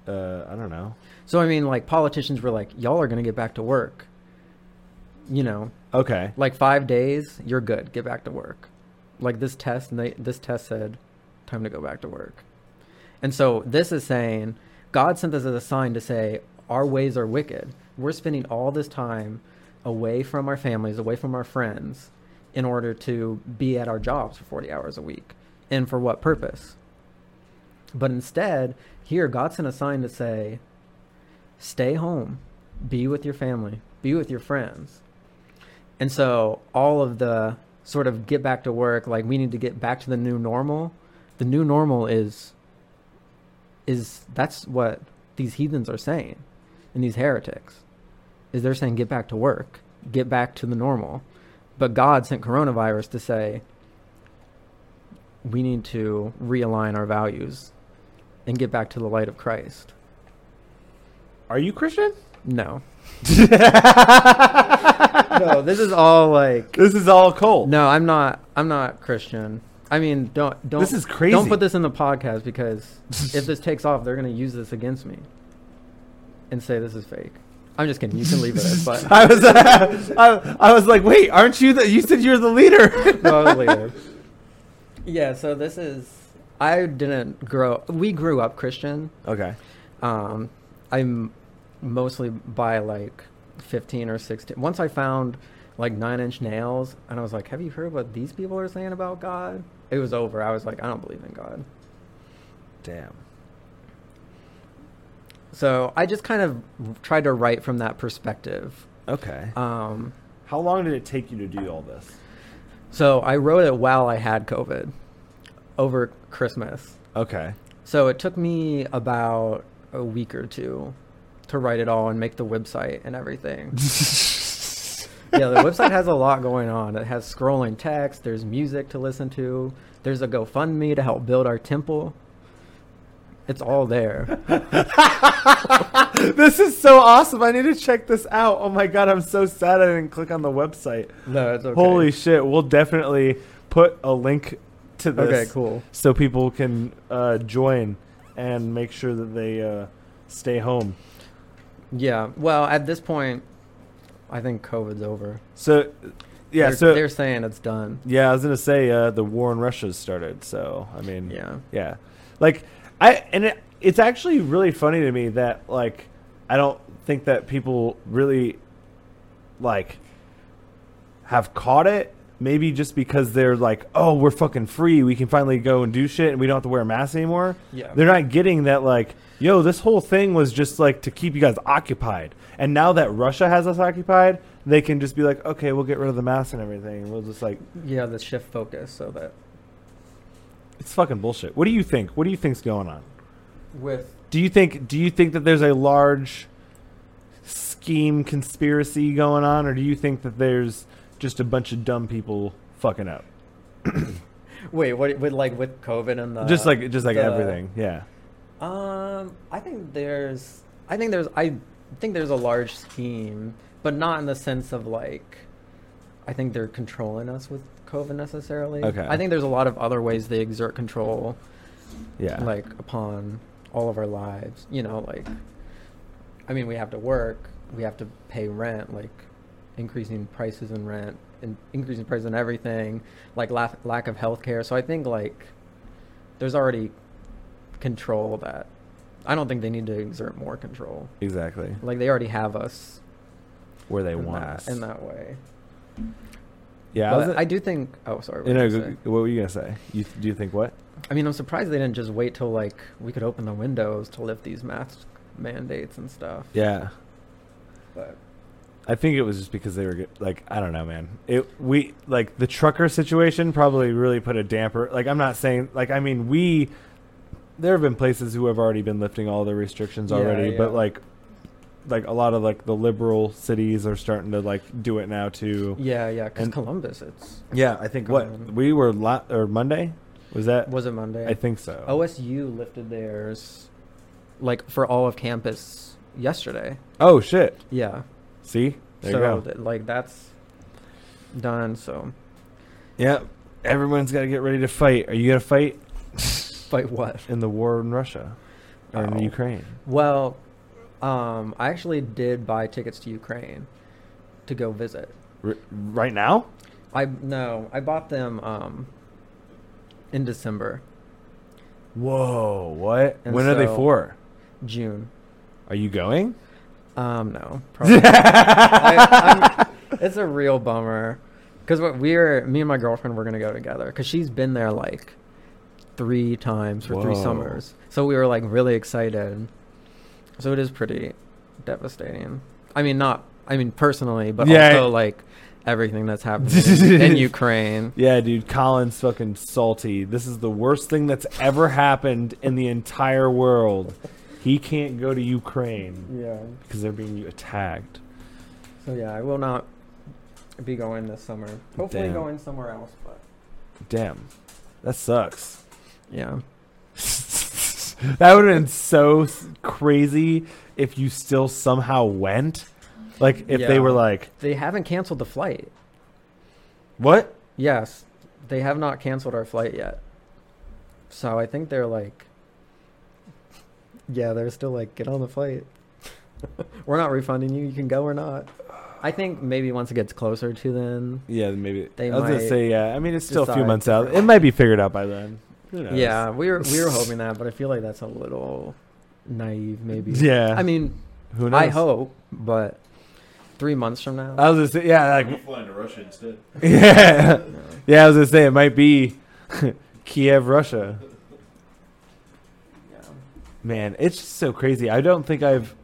uh I don't know. So I mean like politicians were like y'all are going to get back to work. You know, Okay. like 5 days, you're good. Get back to work. Like this test and they, this test said time to go back to work. And so this is saying God sent this as a sign to say our ways are wicked. We're spending all this time away from our families, away from our friends in order to be at our jobs for 40 hours a week. And for what purpose? But instead, here God sent a sign to say stay home, be with your family, be with your friends. And so all of the sort of get back to work, like we need to get back to the new normal. The new normal is is that's what these heathens are saying and these heretics. Is they're saying get back to work, get back to the normal. But God sent coronavirus to say we need to realign our values and get back to the light of Christ. Are you Christian? No. No, this is all like This is all cult. No, I'm not. I'm not Christian. I mean, don't don't. This is crazy. Don't put this in the podcast because if this takes off, they're gonna use this against me and say this is fake. I'm just kidding. You can leave it. as- But I was I, I was like, "Wait, aren't you the you said you're the leader?" no, I'll leave it. Yeah. So this is. I didn't grow. We grew up Christian. okay. Um, I'm mostly by like 15 or 16. Once I found like Nine Inch Nails, and I was like, "Have you heard what these people are saying about God?" It was over. I was like, "I don't believe in God." Damn. So I just kind of tried to write from that perspective. Okay. Um, How long did it take you to do all this? so I wrote it while I had COVID over Christmas. Okay. So it took me about a week or two to write it all and make the website and everything. yeah, the website has a lot going on. It has scrolling text, there's music to listen to, there's a GoFundMe to help build our temple. It's all there. this is so awesome. I need to check this out. Oh my god, I'm so sad I didn't click on the website. No, it's okay. Holy shit. We'll definitely put a link to this Okay, cool. so people can uh, join and make sure that they uh, stay home. Yeah. Well, at this point, I think COVID's over. So yeah, they're, so they're saying it's done. yeah, I was going to say uh, the war in Russia's started. So, I mean, Yeah. Yeah. Like I and it, it's actually really funny to me that like I don't think that people really like have caught it maybe just because they're like, "Oh, we're fucking free. We can finally go and do shit and we don't have to wear masks anymore." Yeah. They're not getting that like, "Yo, this whole thing was just like to keep you guys occupied." And now that Russia has us occupied, they can just be like, "Okay, we'll get rid of the masks and everything." We'll just like Yeah, the shift focus so that it's fucking bullshit. What do you think? What do you think's going on? with Do you think do you think that there's a large scheme conspiracy going on or do you think that there's just a bunch of dumb people fucking up? Wait, what? With like with COVID and the just like just like Uh, the- everything. Yeah. Um, I think there's, I think there's, I think there's a large scheme, but not in the sense of like, I think they're controlling us with COVID necessarily. Okay. I think there's a lot of other ways they exert control, Yeah. like upon all of our lives. You know, like, I mean, we have to work, we have to pay rent, like, increasing prices in rent and increasing prices in everything, like lack lack of healthcare. So I think like, there's already control that. I don't think they need to exert more control. exactly. Like they already have us Where they in want that, us. in that way. yeah. I, But was at- I do think. Oh, sorry. what You know, did I g- say? what were you gonna say? You th- do you think what? I mean, I'm surprised they didn't just wait till like we could open the windows to lift these mask mandates and stuff. Yeah. But I think it was just because they were get- like I don't know, man. It we like the trucker situation probably really put a damper. Like I'm not saying like I mean we there have been places who have already been lifting all the restrictions Yeah, already, yeah. but like like a lot of like the liberal cities are starting to like do it now too. yeah, yeah. Because And- Columbus, it's Yeah, I think what Um, we were la- or Monday was that was it Monday? I think so. Oh, OSU lifted theirs, like for all of campus yesterday. oh shit. Yeah. See? There so you go. th- like that's done. So yeah. Everyone's got to get ready to fight. Are you going to fight fight what? in the war in Russia or Oh. in Ukraine? Well, um, I actually did buy tickets to Ukraine to go visit. R- right now? I no, I bought them um, in December, Whoa, what? And when are they so- for? June. Are you going? Um, no, probably. I, I'm, it's a real bummer because what we're me and my girlfriend were gonna go together because she's been there like three times for three Whoa. summers. So we were like really excited. So it is pretty devastating. I mean, not I mean personally, but Yeah. also like everything that's happening in Ukraine. Yeah, dude, Colin's fucking salty. This is the worst thing that's ever happened in the entire world. He can't go to Ukraine Yeah. because they're being attacked. So yeah, I will not be going this summer. Hopefully, Damn. going somewhere else. But Damn. That sucks. yeah, that would have been so s- crazy if you still somehow went. Like if they Yeah. were like, they haven't canceled the flight. "What? Yes, they have not canceled our flight yet. So I think they're like, yeah, they're still like, get on the flight. We're not refunding you. You can go or not. I think maybe once it gets closer to then. Yeah, maybe." They I was gonna might say, yeah. I mean, it's still a few decide months out. It might be figured out by then. Who knows? Yeah, we were we were hoping that, but I feel like that's a little naive, maybe. Yeah. I mean, Who knows? I hope, but three months from now. I was gonna say, yeah, I'm like, flying to Russia instead. yeah, no. yeah. I was gonna say it might be Kiev, Russia. Yeah. Man, it's just so crazy. I don't think I've.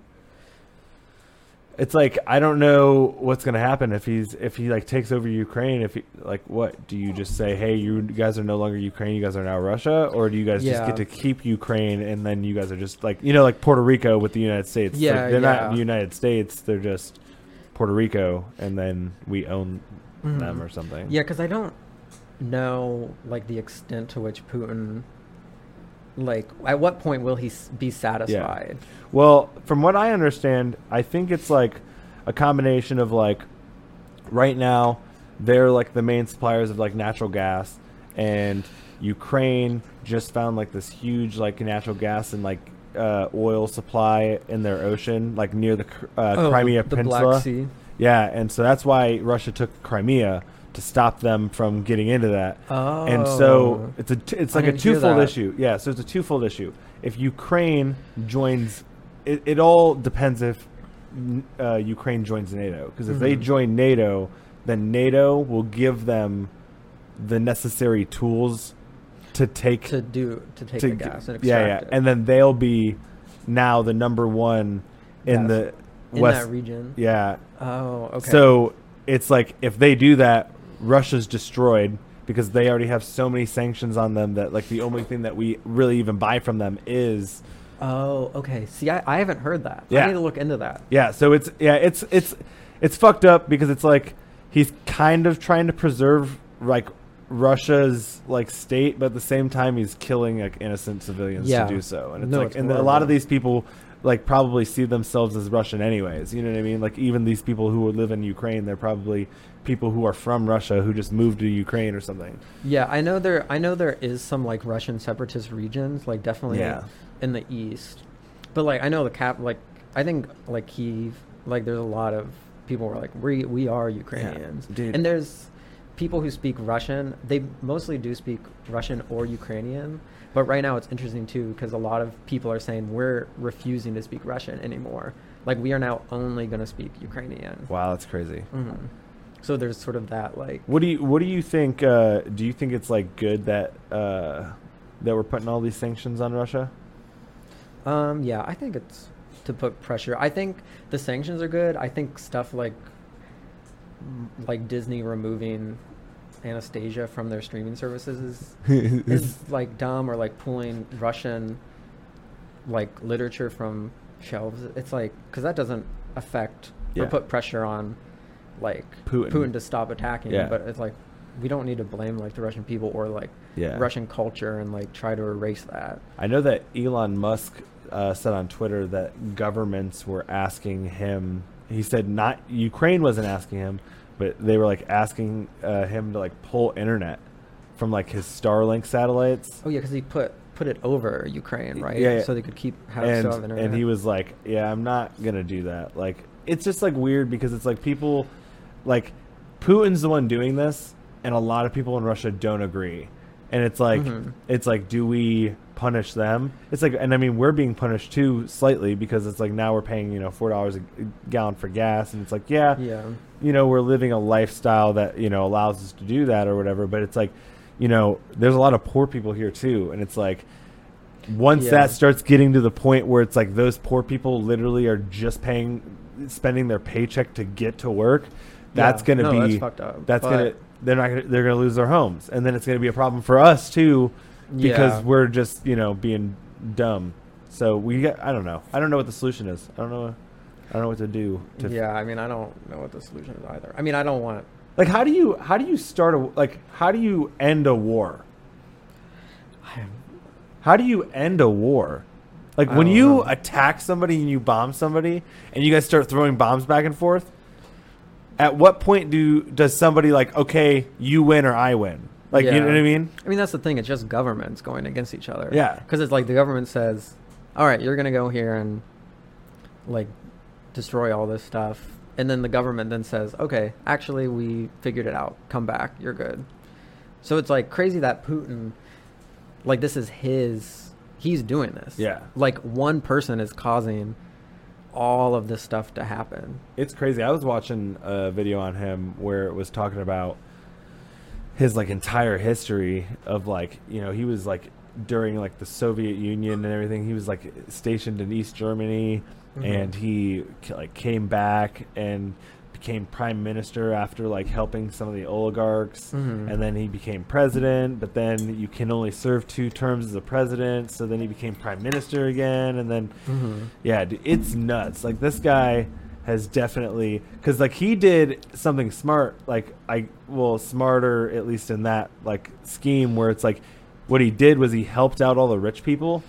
It's like I don't know what's gonna happen if he's if he like takes over Ukraine. If he like what do you just say? Hey, you guys are no longer Ukraine. You guys are now Russia, or do you guys just Yeah. get to keep Ukraine and then you guys are just like you know like Puerto Rico with the United States? Like, Yeah, they're yeah. not the United States. They're just Puerto Rico, and then we own Mhm. them or something. Yeah, because I don't know like the extent to which Putin, like, at what point will he s- be satisfied? Well, from what I understand, I think it's like a combination of like right now they're like the main suppliers of like natural gas and Ukraine just found like this huge like natural gas and like uh, oil supply in their ocean like near the Cr- uh, Oh, the- Crimea the Peninsula. Black Sea. Yeah, and so that's why Russia took Crimea to stop them from getting into that. And so Oh. it's a t- it's I like a didn't hear twofold that. issue. Yeah, so it's a twofold issue. If Ukraine joins, it, it all depends if n- uh, Ukraine joins NATO. Because if they Mhm. join NATO, then NATO will give them the necessary tools to take To do to take the g- gas and extract yeah, yeah, it and then they'll be now the number one in Gas. the in west. that region. yeah, Oh, okay. so it's like if they do that, Russia's destroyed because they already have so many sanctions on them that like the only thing that we really even buy from them is oh, okay. See, I, I haven't heard that. Yeah. I need to look into that. yeah. So it's yeah, it's it's it's fucked up because it's like he's kind of trying to preserve like Russia's like state, but at the same time he's killing like innocent civilians Yeah. to do so. And it's No, like it's and a lot horrible. of these people like probably see themselves as Russian anyways. You know what I mean? Like even these people who live in Ukraine, they're probably people who are from Russia who just moved to Ukraine or something. Yeah, I know there. I know there is some like Russian separatist regions, like definitely Yeah. in the east. But like, I know the cap. Like, I think like Kiev. Like, there's a lot of people who are like, we we are Ukrainians, dude. and there's people who speak Russian. They mostly do speak Russian or Ukrainian. But right now, it's interesting too because a lot of people are saying we're refusing to speak Russian anymore. Like, we are now only going to speak Ukrainian. Wow, that's crazy. Mhm. So there's sort of that like. What do you What do you think? Uh, do you think it's like good that uh, that we're putting all these sanctions on Russia? Um, yeah, I think it's to put pressure. I think the sanctions are good. I think stuff like m- like Disney removing Anastasia from their streaming services is, is like dumb or like pulling Russian like literature from shelves. It's like cuz that doesn't affect Yeah. or put pressure on like Putin. to stop attacking, Yeah. but it's like we don't need to blame like the Russian people or like Yeah. Russian culture and like try to erase that. I know that Elon Musk uh, said on Twitter that governments were asking him. He said not Ukraine wasn't asking him, but they were like asking uh, him to like pull internet from like his Starlink satellites. Oh yeah, because he put put it over Ukraine, right? yeah, yeah. So they could keep have and, still have internet. and he was like, "Yeah, I'm not gonna do that." Like, it's just like weird because it's like people, like, Putin's the one doing this, and a lot of people in Russia don't agree. And it's like, Mhm. it's like, do we punish them? It's like, and I mean, we're being punished too slightly because it's like now we're paying you know four dollars a gallon for gas, and it's like, yeah, yeah, you know, we're living a lifestyle that, you know, allows us to do that or whatever. But it's like, you know, there's a lot of poor people here too. And it's like, once Yeah. that starts getting to the point where it's like those poor people literally are just paying, spending their paycheck to get to work, that's Yeah. going to No, be, that's fucked up, that's going to, but- they're not gonna, they're going to lose their homes. And then it's going to be a problem for us too, because Yeah. we're just, you know, being dumb. So we got, I don't know. I don't know what the solution is. I don't know. I don't know what to do to yeah. I mean, I don't know what the solution is either. I mean, I don't want. like how do you how do you start a like how do you end a war? How do you end a war? Like I when don't you know. attack somebody and you bomb somebody and you guys start throwing bombs back and forth, at what point do does somebody like okay, you win or I win? Like you know what I mean? I mean, that's the thing. It's just governments going against each other. Yeah. because it's like the government says, "All right, you're gonna go here and like destroy all this stuff," and then the government then says, "Okay, actually, we figured it out. Come back. You're good." So it's like crazy that Putin, like this is his. He's doing this. Yeah. Like one person is causing all of this stuff to happen. It's crazy. I was watching a video on him where it was talking about his like entire history of like you know he was like during like the Soviet Union and everything he was like stationed in East Germany Mhm. and he ca- like came back and became prime minister after like helping some of the oligarchs Mhm. and then he became president but then you can only serve two terms as a president so then he became prime minister again and then Mm-hmm. yeah, dude, it's nuts. Like this guy has definitely because like he did something smart. Like I well smarter at least in that like scheme where it's like what he did was he helped out all the rich people,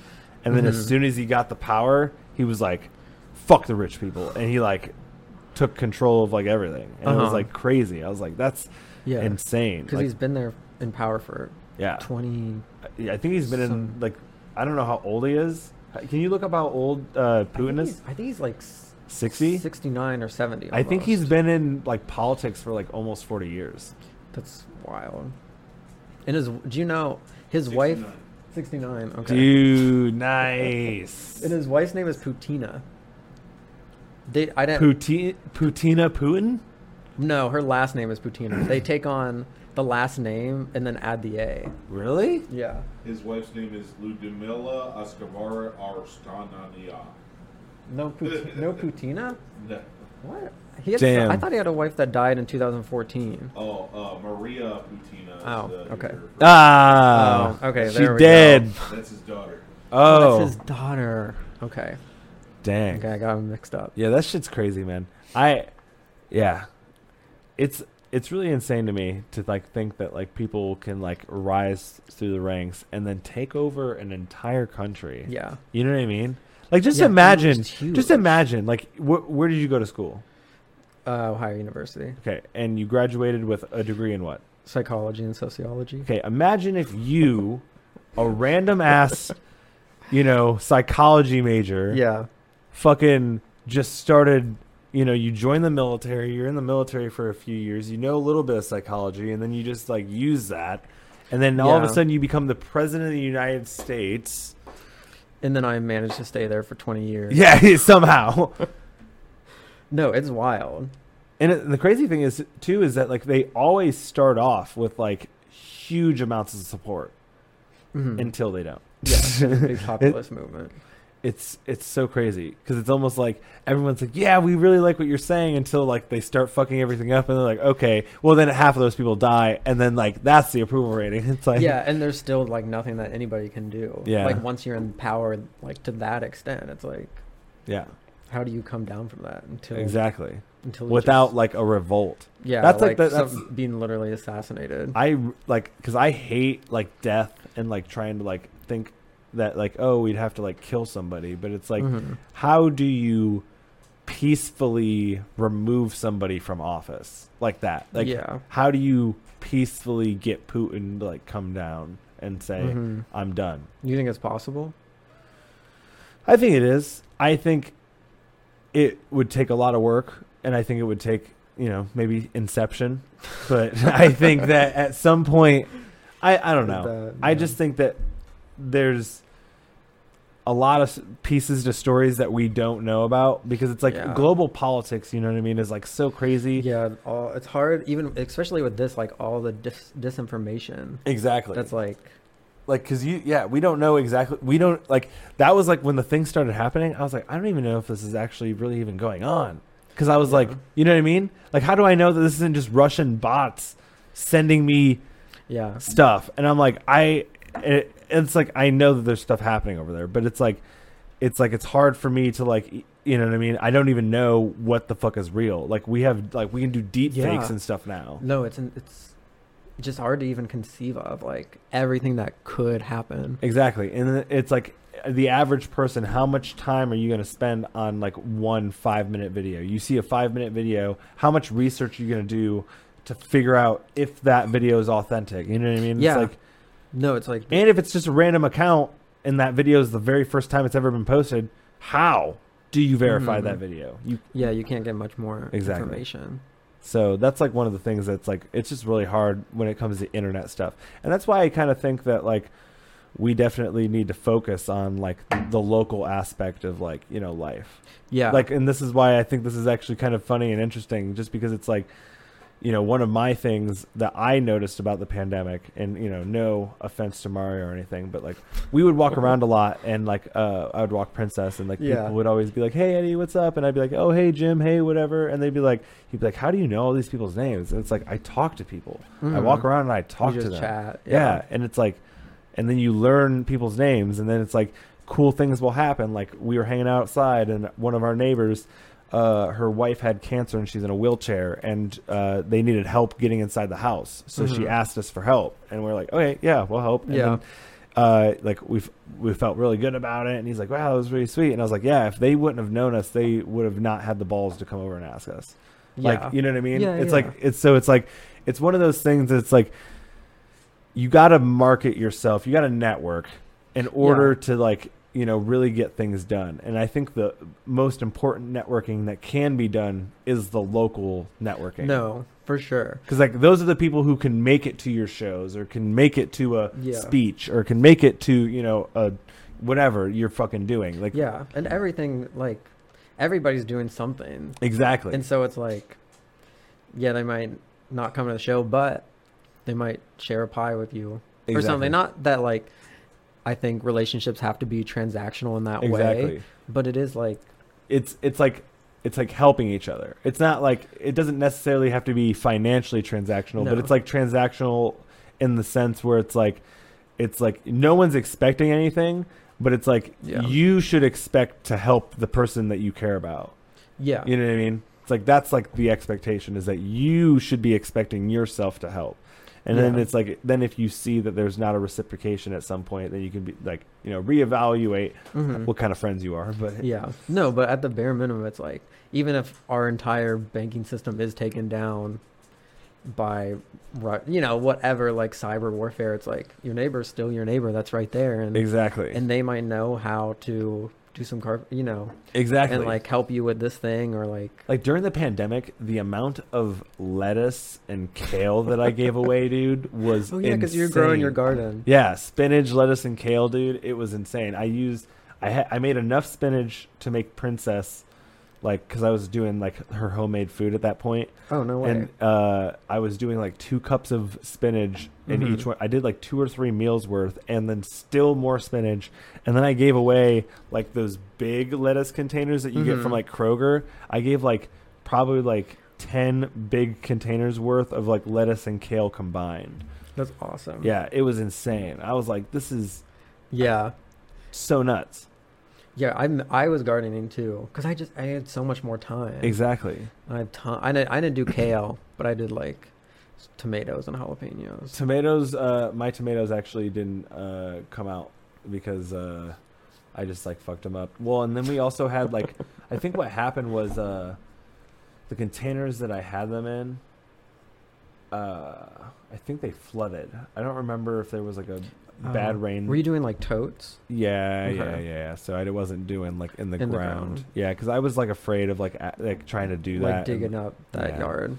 and then Mhm. as soon as he got the power, he was like, "Fuck the rich people," and he like took control of like everything, and it was Uh-huh. like crazy. I was like, "That's Yeah. insane." Because Like, he's been there in power for yeah, twenty. I I think he's been in some- like I don't know how old he is. Can you look up how old uh, I think Putin is? he's- I think he's like s- 60? 69 or 70. I think he's almost. been in like politics for like almost 40 years. That's wild. And his, do you know his wife? 69. 69. Okay. Dude, nice. And his wife's name is Putina. They, I didn't. Putin, Putina Putin? no, her last name is Putina. they take on the last name and then add the A. Really? Yeah. His wife's name is Ludmila Oskavara Arstanania. No, Put- no Putina. No. What? He had, Damn. I thought he had a wife that died in 2014. Oh, uh, Maria Putina. is Oh, the okay. reserve. Ah. Oh, okay, She there we dead. That's his daughter. Oh, that's his daughter. Okay. dang. Okay, I got him mixed up. Yeah, that shit's crazy, man. I, yeah, it's it's really insane to me to like think that like people can like rise through the ranks and then take over an entire country. Yeah. You know what I mean? Like just Yeah, it was imagine, huge. just imagine, like wh- where did you go to school? Uh, Ohio University, Okay, and you graduated with a degree in what? psychology and sociology. Okay, imagine if you, a random ass, you know, psychology major, Yeah. fucking just started you know you join the military you're in the military for a few years you know a little bit of psychology and then you just like use that and then all of a Yeah. sudden you become the president of the united states And then I managed to stay there for 20 years. yeah somehow No, it's wild. and it- the crazy thing is too is that like they always start off with like huge amounts of support Mhm. until they don't yeah, it's a big populist movement. it's it's so crazy because it's almost like everyone's like, yeah, we really like what you're saying until like they start fucking everything up and they're like, okay, well then half of those people die and then like that's the approval rating. It's like yeah, and there's still like nothing that anybody can do. Yeah. Like once you're in power, like to that extent, it's like yeah, how do you come down from that until exactly. until it Without just- like a revolt, yeah that's like like, the- that's- some- being literally assassinated. I like because I hate like death and like trying to like think that like oh we'd have to like kill somebody, but it's like Mhm. how do you peacefully remove somebody from office like that? Like yeah. how do you peacefully get Putin to like come down and say Mhm. I'm done? You think it's possible? I think it is. I think it would take a lot of work, and I think it would take you know maybe inception, but I think that at some point, I I don't know. That- I yeah. just think that there's a lot of s- pieces to stories that we don't know about because it's like Yeah. global politics. You know what I mean? Is like so crazy. yeah, all it's hard even especially with this like all the dis- disinformation. Exactly. That's like like because you yeah we don't know exactly we don't like that was like when the thing started happening i was like i don't even know if this is actually really even going on because i was like Yeah. you know what i mean like how do i know that this isn't just russian bots sending me yeah. stuff and i'm like i it, it's like i know that there's stuff happening over there but it's like it's like it's hard for me to like y- you know what i mean i don't even know what the fuck is real like we have like we can do deep Yeah. fakes and stuff now No, it's an, it's just hard to even conceive of like everything that could happen. Exactly. And then it's like the average person, how much time are you going to spend on like one five minute video? You see a five minute video, how much research are you going to do to figure out if that video is authentic? You know what I mean? Yeah. It's like, No, it's like and if it's just a random account and that video is the very first time it's ever been posted, how do you verify Mhm. that video? You yeah, you can't get much more Exactly. information. So that's like one of the things that's like it's just really hard when it comes to internet stuff. And that's why I kind of think that like we definitely need to focus on like the local aspect of like, you know, life. Yeah. Like and this is why I think this is actually kind of funny and interesting just because it's like you know, one of my things that I noticed about the pandemic and you know, no offense to Mario or anything, but like we would walk around a lot and like uh I would walk Princess and like Yeah. people would always be like, Hey Eddie, what's up? And I'd be like, Oh hey Jim, hey whatever and they'd be like he'd be like, How do you know all these people's names? And it's like I talk to people. I walk Mhm. around and I You talk to just them. chat. Yeah. And it's like and then you learn people's names and then it's like cool things will happen. Like we were hanging outside and one of our neighbors uh, her wife had cancer and she's in a wheelchair and uh, they needed help getting inside the house. So she Mhm. asked us for help and we're like, okay, yeah, we'll help. And Yeah. then, uh, like we we felt really good about it, and he's like, "Wow, that was really sweet." And I was like, "Yeah, if they wouldn't have known us, they would have not had the balls to come over and ask us." Yeah. Like, you know what I mean? Yeah, it's yeah. like it's so it's like it's one of those things that's like you got to market yourself, you got to network in order to like, you know, really get things done. And I think the most important networking that can be done is the local networking. No, for sure. Cuz like those are the people who can make it to your shows or can make it to a Yeah. speech or can make it to, you know, a whatever you're fucking doing. Like Yeah, and everything like everybody's doing something, exactly. and so it's like, yeah, they might not come to the show, but they might share a pie with you or Exactly. something. Not that like I think relationships have to be transactional in that way, Exactly. but it is like it's it's like it's like helping each other. It's not like it doesn't necessarily have to be financially transactional, but No. it's like transactional in the sense where it's like it's like no one's expecting anything, but it's like Yeah. you should expect to help the person that you care about. yeah, You know what I mean? It's like that's like the expectation is that you should be expecting yourself to help. And then Yeah. it's like then if you see that there's not a reciprocation at some point, then you can be like, you know, reevaluate Mhm. what kind of friends you are. But Yeah. No, but at the bare minimum, it's like even if our entire banking system is taken down by, Ru- you know, whatever like cyber warfare, it's like your neighbor's still your neighbor. That's right there, and exactly. and they might know how to do some car, you know, exactly. and like help you with this thing or like. Like during the pandemic, the amount of lettuce and kale that I gave away, dude, was Oh yeah, because you're growing your insane. garden. Yeah, spinach, lettuce, and kale, dude. It was insane. I used, I ha- I made enough spinach to make Princess, like, because I was doing like her homemade food at that point, Oh no way. and uh, I was doing like two cups of spinach in Mhm. each one. I did like two or three meals worth, and then still more spinach, and then I gave away like those big lettuce containers that you get Mhm. from like Kroger. I gave like probably like ten big containers worth of like lettuce and kale combined. That's awesome. Yeah, it was insane. I was like, this is Yeah. so nuts. Yeah. I'm. I was gardening too, because I just I had so much more time. Exactly. I have ton- I didn't, I didn't do kale, but I did like s- tomatoes and jalapenos. Tomatoes, uh, my tomatoes actually didn't uh, come out because uh, I just like fucked them up. Well, and then we also had like, I think what happened was uh, the containers that I had them in. Uh, I think they flooded. I don't remember if there was like a bad Um, rain. Were you doing like totes? Yeah, Okay. yeah, yeah. So I wasn't doing like in the, In the ground. ground. Yeah, because I was like afraid of like a- like trying to do like that. and- digging up that yeah. yard.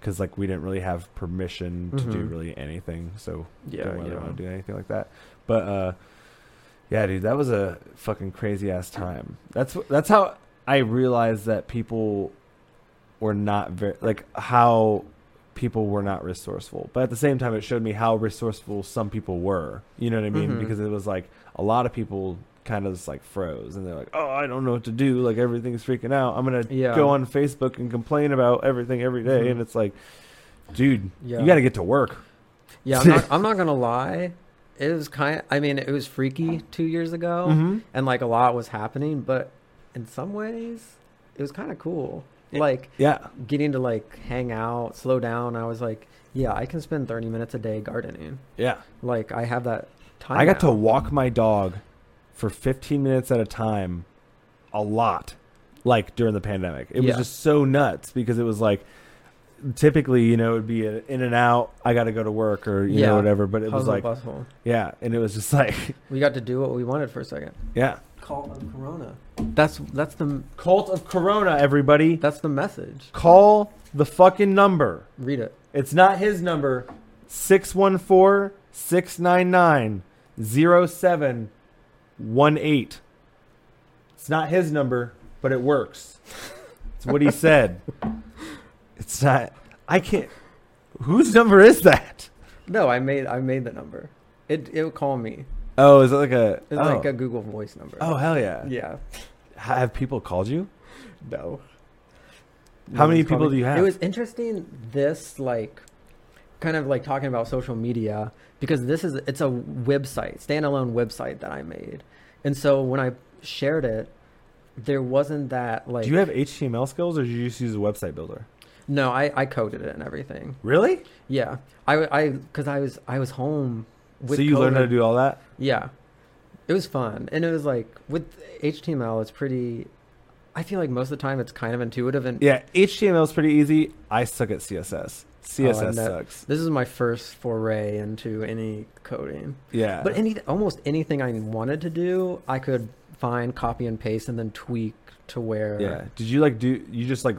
because like we didn't really have permission to do Mhm. really anything, so Yeah, don't really yeah. want to do anything like that. But uh, yeah, dude, that was a fucking crazy ass time. That's wh- that's how I realized that people were not very like how people were not resourceful. But at the same time, it showed me how resourceful some people were. You know what I mean? Mhm. Because it was like a lot of people kind of just like froze and they're like, "Oh, I don't know what to do. Like everything's freaking out. I'm gonna Yeah. go on Facebook and complain about everything every day." And Mhm. it's like, dude, Yeah. you got to get to work. Yeah, I'm not, I'm not gonna lie. It was kind. I mean, it was freaky two years ago, Mhm. and like a lot was happening. But in some ways, it was kind of cool. Yeah. Like Yeah, getting to like hang out, slow down. I was like, yeah, I can spend 30 minutes a day gardening. yeah. Like I have that time. I got to now. walk my dog for 15 minutes at a time, a lot, like during the pandemic. It was Yeah. just so nuts because it was like, typically, you know, it would be an in and out. I got to go to work or you Yeah. know whatever. But it was Hustle like, bustle. yeah, and it was just like, We got to do what we wanted for a second. yeah. Call of Corona. That's that's the Cult of Corona, everybody. that's the message. Call the fucking number. Read it. It's not his number. 614 699 0718. It's not his number, but it works. It's what he said. It's not. I can't. Whose number is that? No, I made I made the number. It it would call me. Oh, is it like a. It's oh. like a Google Voice number. oh, hell yeah. yeah. Ha- Have people called you? No. How many one's called people me. do you have? It was interesting. This like, kind of like talking about social media because this is it's a website, standalone website that I made, and so when I shared it, there wasn't that like. do you have HTML skills or do you just use a website builder? No, I I coded it and everything. Really? Yeah, I I because I was I was home. With so you learned how COVID. to do all that? Yeah. It was fun. And it was like with HTML it's pretty I feel like most of the time it's kind of intuitive and Yeah, HTML is pretty easy. I suck at CSS. Oh, I CSS know. sucks. this is my first foray into any coding. Yeah. But any almost anything I wanted to do, I could find, copy and paste and then tweak to where yeah. Did you like do you just like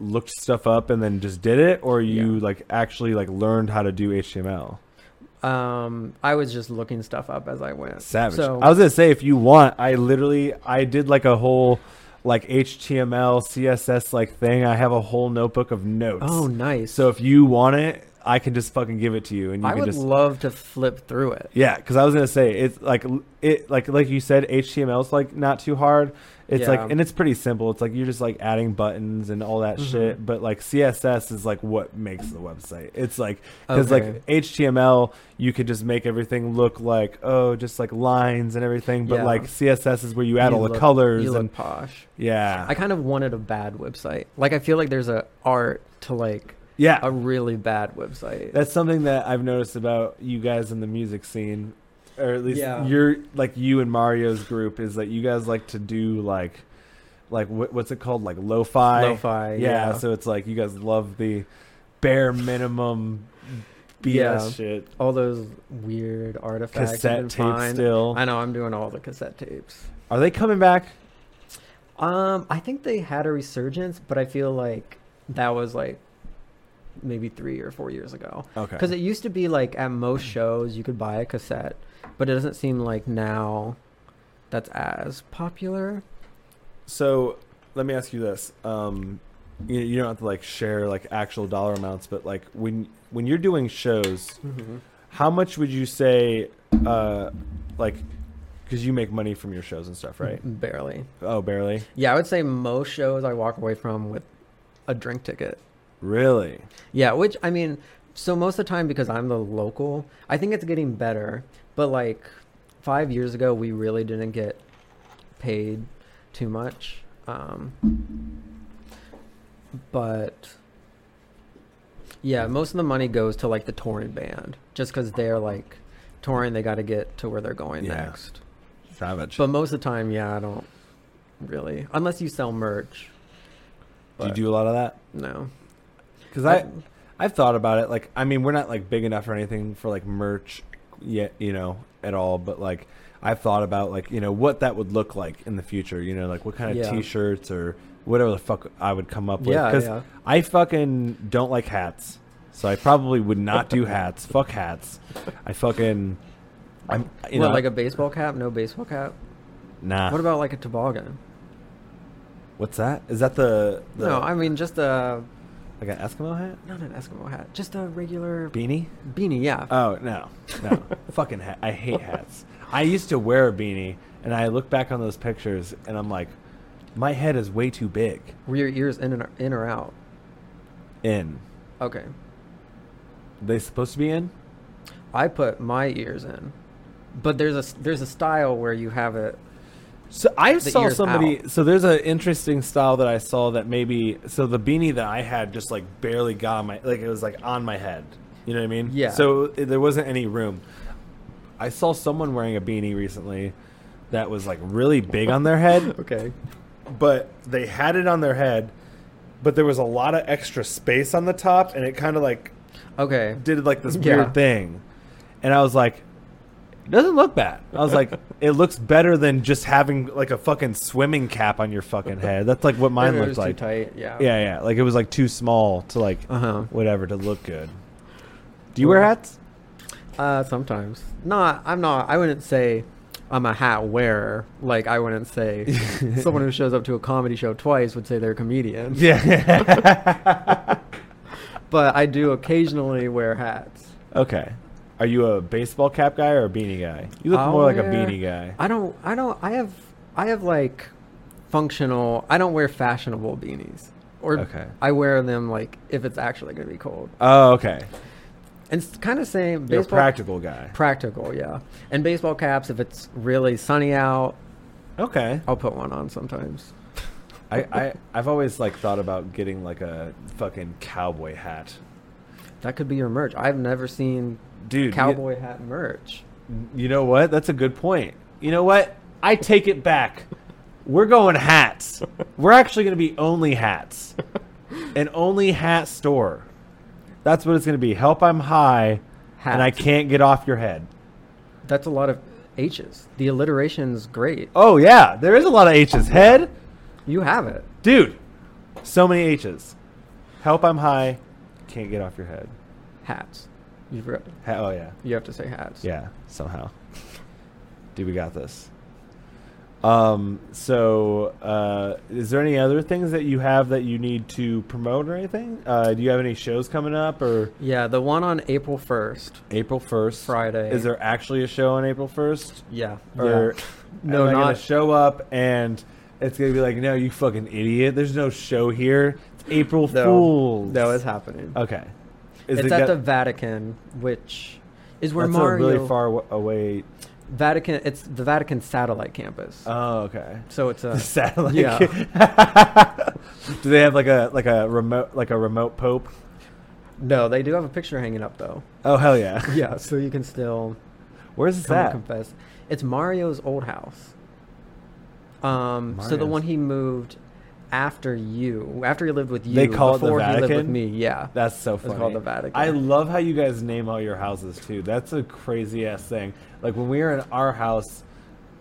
looked stuff up and then just did it or you Yeah. like actually like learned how to do HTML? um I was just looking stuff up as I went. Savage. So I was going to say if you want, I literally I did like a whole like HTML CSS like thing. I have a whole notebook of notes. Oh nice. So if you want it, I can just fucking give it to you, and you I can would just love to flip through it. yeah. Because I was gonna say it's like l- it like like you said, HTML's like not too hard. It's Yeah. like and it's pretty simple. It's like you're just like adding buttons and all that Mm-hmm. shit. But like CSS is like what makes the website. It's like because Okay. like HTML you could just make everything look like oh just like lines and everything. But Yeah. like CSS is where you add You all the look- colors You and look posh. yeah I kind of wanted a bad website. Like I feel like there's a art to like yeah. a really bad website. That's something that I've noticed about you guys in the music scene, or at least Yeah. your like you and Mario's group is that you guys like to do like, like what, what's it called like lo-fi. Lo-fi, yeah. So it's like you guys love the bare minimum BS Yeah. shit, all those weird artifacts. you can cassette tape find. still. I know I'm doing all the cassette tapes. Are they coming back? Um, I think they had a resurgence, but I feel like that was like maybe three or four years ago. Okay. Because it used to be like at most shows you could buy a cassette, but it doesn't seem like now that's as popular. So let me ask you this. Um, you, you don't have to like share like actual dollar amounts, but like when when you're doing shows, how much would you say, uh, like, because you make money from your shows and stuff, right? Barely. Oh, barely. Yeah, I would say most shows I walk away from with a drink ticket. Really? Yeah, which I mean, so most of the time because I'm the local, I think it's getting better. But like five years ago, we really didn't get paid too much. Um, but yeah, most of the money goes to like the touring band just because they're like touring, they got to get to where they're going Yeah. next. Savage. But most of the time, yeah, I don't really, unless you sell merch. do you do a lot of that? No. Because I, I've thought about it. Like, I mean, we're not like big enough or anything for like merch yet, you know, at all. But like, I've thought about like, you know, what that would look like in the future. You know, like what kind of Yeah. T-shirts or whatever the fuck I would come up with. Yeah, Because yeah. I fucking don't like hats, so I probably would not do hats. Fuck hats. I fucking, I'm you what, know like a baseball cap? No baseball cap. nah. What about like a toboggan? What's that? Is that the, the no, I mean just a like an Eskimo hat not an Eskimo hat, just a regular beanie? beanie. Yeah. Oh no, no, fucking hat. I hate hats. I used to wear a beanie, and I look back on those pictures, and I'm like, my head is way too big. Were your ears in and in or out? In Okay. they supposed to be in? I put my ears in, but there's a s- there's a style where you have it. So I The saw ears somebody. out. So there's an interesting style that I saw that maybe. So the beanie that I had just like barely got on my like it was like on my head. You know what I mean? Yeah. So it- there wasn't any room. I saw someone wearing a beanie recently that was like really big on their head. Okay. but they had it on their head, but there was a lot of extra space on the top, and it kind of like Okay. did like this Yeah. weird thing. And I was like, it doesn't look bad. I was like, it looks better than just having like a fucking swimming cap on your fucking head. That's like what mine Maybe it looked was like. too tight. Yeah. Yeah, yeah. Like it was like too small to like Uh-huh. whatever to look good. Do you wear hats? Uh, sometimes. Not. I'm not. I wouldn't say. I'm a hat wearer. Like I wouldn't say someone who shows up to a comedy show twice would say they're a comedian. Yeah. But I do occasionally wear hats. okay. Are you a baseball cap guy or a beanie guy? You look I'll more like a wear- beanie guy. I don't. I don't. I have. I have like functional. I don't wear fashionable beanies. Or Okay. I wear them like if it's actually going to be cold. Oh, okay. And it's kind of same You're a baseball. practical guy. Practical, yeah. And baseball caps if it's really sunny out. Okay. I'll put one on sometimes. I, I I've always like thought about getting like a fucking cowboy hat. That could be your merch. I've never seen Dude, cowboy hat merch. You, you know what? That's a good point. You know what? I take it back. We're going hats. We're actually going to be only hats. An only hat store. That's what it's going to be. Help I'm high and I Hats. can't get off your head. That's a lot of H's. The alliteration's great. Oh yeah, there is a lot of H's. Head? You have it. Dude. So many H's. Help I'm high, can't get off your head. Hats. You forgot. Ha- oh yeah. You have to say hats. Yeah, somehow. Dude, we got this. Um, so, uh, is there any other things that you have that you need to promote or anything? Uh, do you have any shows coming up or Yeah, the one on April first, April first? Friday. Is there actually a show on April first? Yeah. Or No, am I gonna not- show up and it's gonna be like, no, you fucking idiot. There's no show here. It's April No. Fools. No, it's happening. okay. Is it's it at got- the Vatican, which is where that's a Mario really far wa- away. Vatican. It's the Vatican satellite campus. Oh, okay. so it's a The satellite. yeah. Do they have like a like a remote like a remote pope? no. They do have a picture hanging up though. Oh hell yeah. Yeah, so you can still Where's this come and at? confess. It's Mario's old house. Um, so the Mario's. one he moved after you, after he lived with you. They call it the before He lived with Vatican? me, yeah. That's so funny. called the Vatican. I love how you guys name all your houses too. That's a crazy ass thing. Like when we were in our house,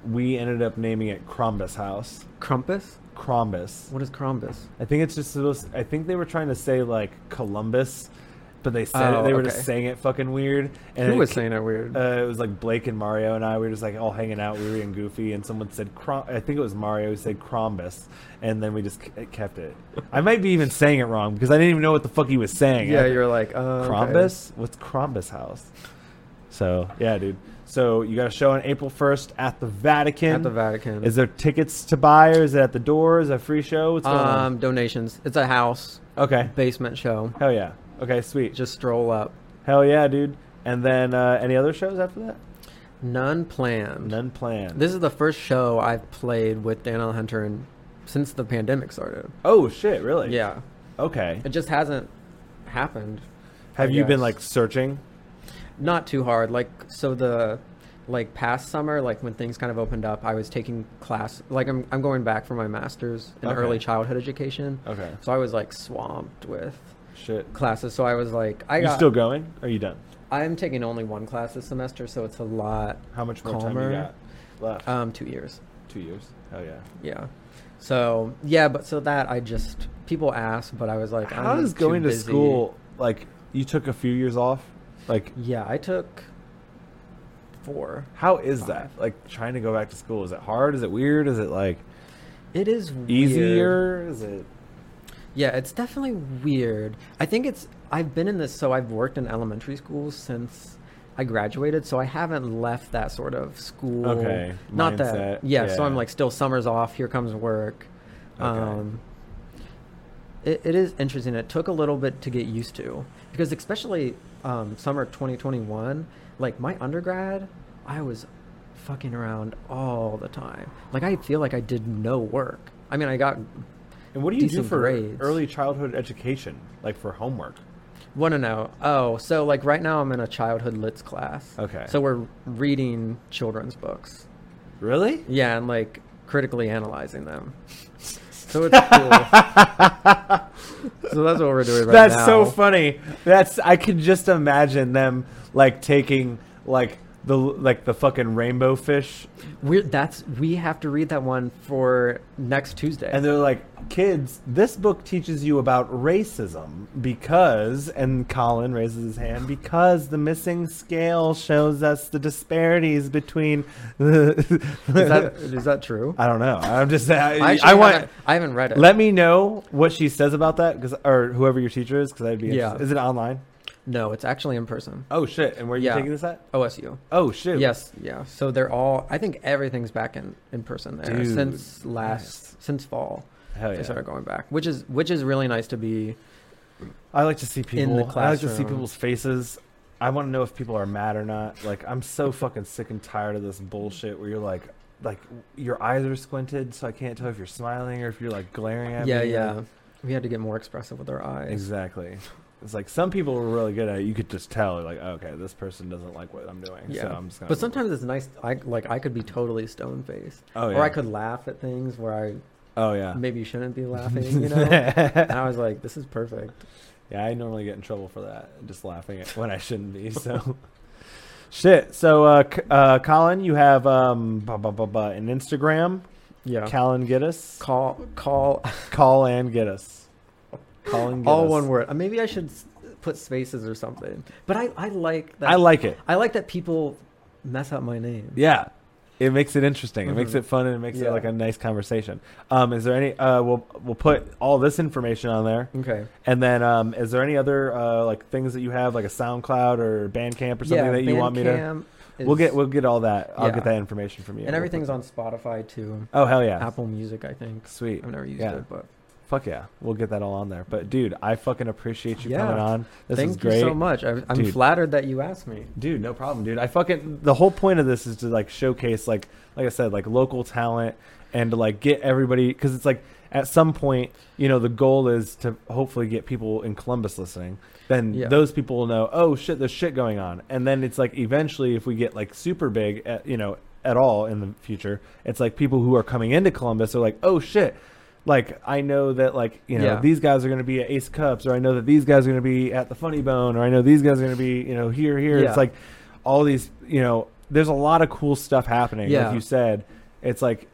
we ended up naming it Crombus House. Crumpus? Crombus. What is Crumbus? I think it's just supposed. I think they were trying to say like Columbus, but they said Oh, it, they were okay. just saying it fucking weird. And Who it was ca- saying it weird? Uh, it was like Blake and Mario and I. We were just like all hanging out. We were being goofy, and someone said, Crom- "I think it was Mario." Who said Crombus, and then we just k- kept it. I might be even saying it wrong because I didn't even know what the fuck he was saying. yeah, I- you're like uh, okay. Crombus? What's Crombus House? So yeah, dude. So you got a show on April first at the Vatican. at the Vatican. Is there tickets to buy, or is it at the door? Is it a free show? What's going um, donations. It's a house on? Okay. basement show. Hell yeah. Okay, sweet. Just stroll up. Hell yeah, dude. And then uh, any other shows after that? None planned. None planned. This is the first show I've played with Daniel Hunter and since the pandemic started. oh shit, really? Yeah. Okay. It just hasn't happened. Have I you been guess. like searching? Not too hard. Like so the like past summer, like when things kind of opened up, I was taking class like I'm I'm going back for my masters in Okay. early childhood education. Okay. So I was like swamped with Shit. classes. So I was like I you got still going? Are you done? I'm taking only one class this semester, so it's a lot. How much more time Calmer. you got left? Um, two years. Two years. Hell yeah. Yeah. So yeah, but so that I just people ask, but I was like, How I'm is too going to busy. school like you took a few years off? Like Yeah, I took four. how is that? Like trying to go back to school is it hard? Is it weird? Is it like It is weird. easier? Is it Yeah, it's definitely weird. I think it's I've been in this so I've worked in elementary schools since I graduated, so I haven't left that sort of school. Okay, Not mindset, that. Yeah, so I'm yeah. like still summer's off, here comes work. Okay. Um it, it is interesting. It took a little bit to get used to because especially um, summer 2021, like my undergrad, I was fucking around all the time. Like I feel like I did no work. I mean, I got And what do you do decent for grades. early childhood education? Like for homework? Want to know? Oh, so like right now I'm in a childhood lits class. Okay. So we're reading children's books. Really? Yeah, and like critically analyzing them. So it's cool. so that's what we're doing right That's now. so funny. That's I could just imagine them like taking like the like the fucking rainbow fish We're that's we have to read that one for next Tuesday. and they're like, "Kids, this book teaches you about racism because." And Colin raises his hand because the missing scale shows us the disparities between. is that is that true? I don't know. I'm just. I, actually I want. haven't- I haven't read it. Let me know what she says about that, because or whoever your teacher is, because I'd be. Yeah. Interested. Is it online? no, it's actually in person. Oh shit! And where are you Yeah. taking this at? OSU. Oh shit! Yes, yeah. So they're all. I think everything's back in in person there Dude, since last since fall. Hell they Oh, yeah. started going back, which is which is really nice to be. I like to see people. In the I like to see classroom. people's faces. I want to know if people are mad or not. Like I'm so fucking sick and tired of this bullshit where you're like, like your eyes are squinted, so I can't tell if you're smiling or if you're like glaring at yeah, me. yeah. We had to get more expressive with our eyes. Exactly. It's like some people were really good at it. You could just tell, like, okay, this person doesn't like what I'm doing. Yeah, So I'm just gonna but sometimes it's nice. I like I could be totally stone faced, Oh, yeah. or I could laugh at things where I Oh yeah. maybe shouldn't be laughing. You know, and I was like, this is perfect. Yeah, I normally get in trouble for that, just laughing at when I shouldn't be. So, shit. So, uh, C- uh, Colin, you have um, blah, blah, blah, blah, an Instagram. Yeah. Colin get us. call call Call and get us. Colin get all us. one word. Uh, Maybe I should s- put spaces or something. But I I like that. I like it. I like that people mess up my name. Yeah. it makes it interesting. It makes Mhm. it fun and it makes Yeah. it like a nice conversation. Um, is there any? Uh, we'll we'll put all this information on there, Okay. and then um, is there any other uh, like things that you have like a SoundCloud or Bandcamp or something that you want me to? Bandcamp We'll is- get we'll get all that. I'll Yeah. get that information from you. and We'll everything's put- on Spotify too. Oh hell yeah! Apple Music, I think. Sweet. I've never used Yeah. it, but Fuck yeah, we'll get that all on there. But dude, I fucking appreciate you Yeah. coming on. This thank is great. you so much. I, I'm Dude. flattered that you asked me. Dude, no problem, dude. I fucking the whole point of this is to like showcase like like I said, like local talent and to like get everybody cuz it's like at some point, you know, the goal is to hopefully get people in Columbus listening. Then Yeah. those people will know, "Oh shit, there's shit going on." And then it's like eventually if we get like super big, at, you know, at all in the future, it's like people who are coming into Columbus are like, "Oh shit, like I know that like you know Yeah. these guys are going to be at Ace Cups, or I know that these guys are going to be at the Funny Bone, or I know these guys are going to be you know here here. Yeah. It's like all these you know. There's a lot of cool stuff happening, Yeah. like you said. It's like,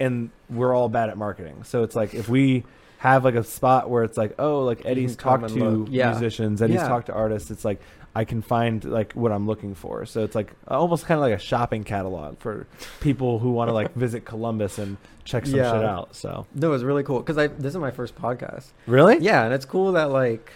and we're all bad at marketing, so it's like if we have like a spot where it's like, oh, like Eddie's can come talked and to look. Yeah. musicians, Eddie's Yeah. talked to artists. It's like I can find like what I'm looking for. So it's like almost kind of like a shopping catalog for people who want to like visit Columbus and check some Yeah. shit out. So No, it was really cool because I this is my first podcast. really, Yeah, and it's cool that like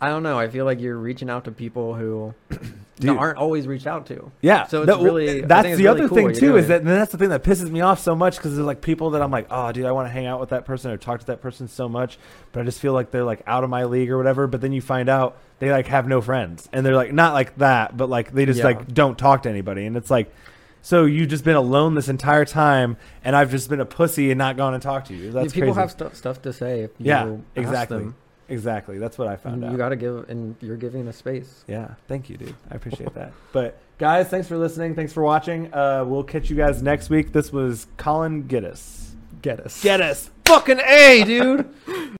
I don't know. I feel like you're reaching out to people who that Dude. aren't always reached out to. Yeah. So it's that- well, really- I that's think it's the really other cool thing what too you're is that doing. and that's the thing that pisses me off so much because there's like people that I'm like, oh, dude, I want to hang out with that person or talk to that person so much, but I just feel like they're like out of my league or whatever. But then you find out they like have no friends and they're like not like that, but like they just Yeah. like don't talk to anybody, and it's like. So you've just been alone this entire time, and I've just been a pussy and not gone and talked to you. That's people crazy. have stuff stuff to say. If you yeah, ask exactly, them. exactly. That's what I found And out. you got to give, and you're giving a space. Yeah, thank you, dude. I appreciate that. But guys, thanks for listening. Thanks for watching. Uh, we'll catch you guys next week. This was Colin Geddes. Get us. Geddes, fucking a, dude.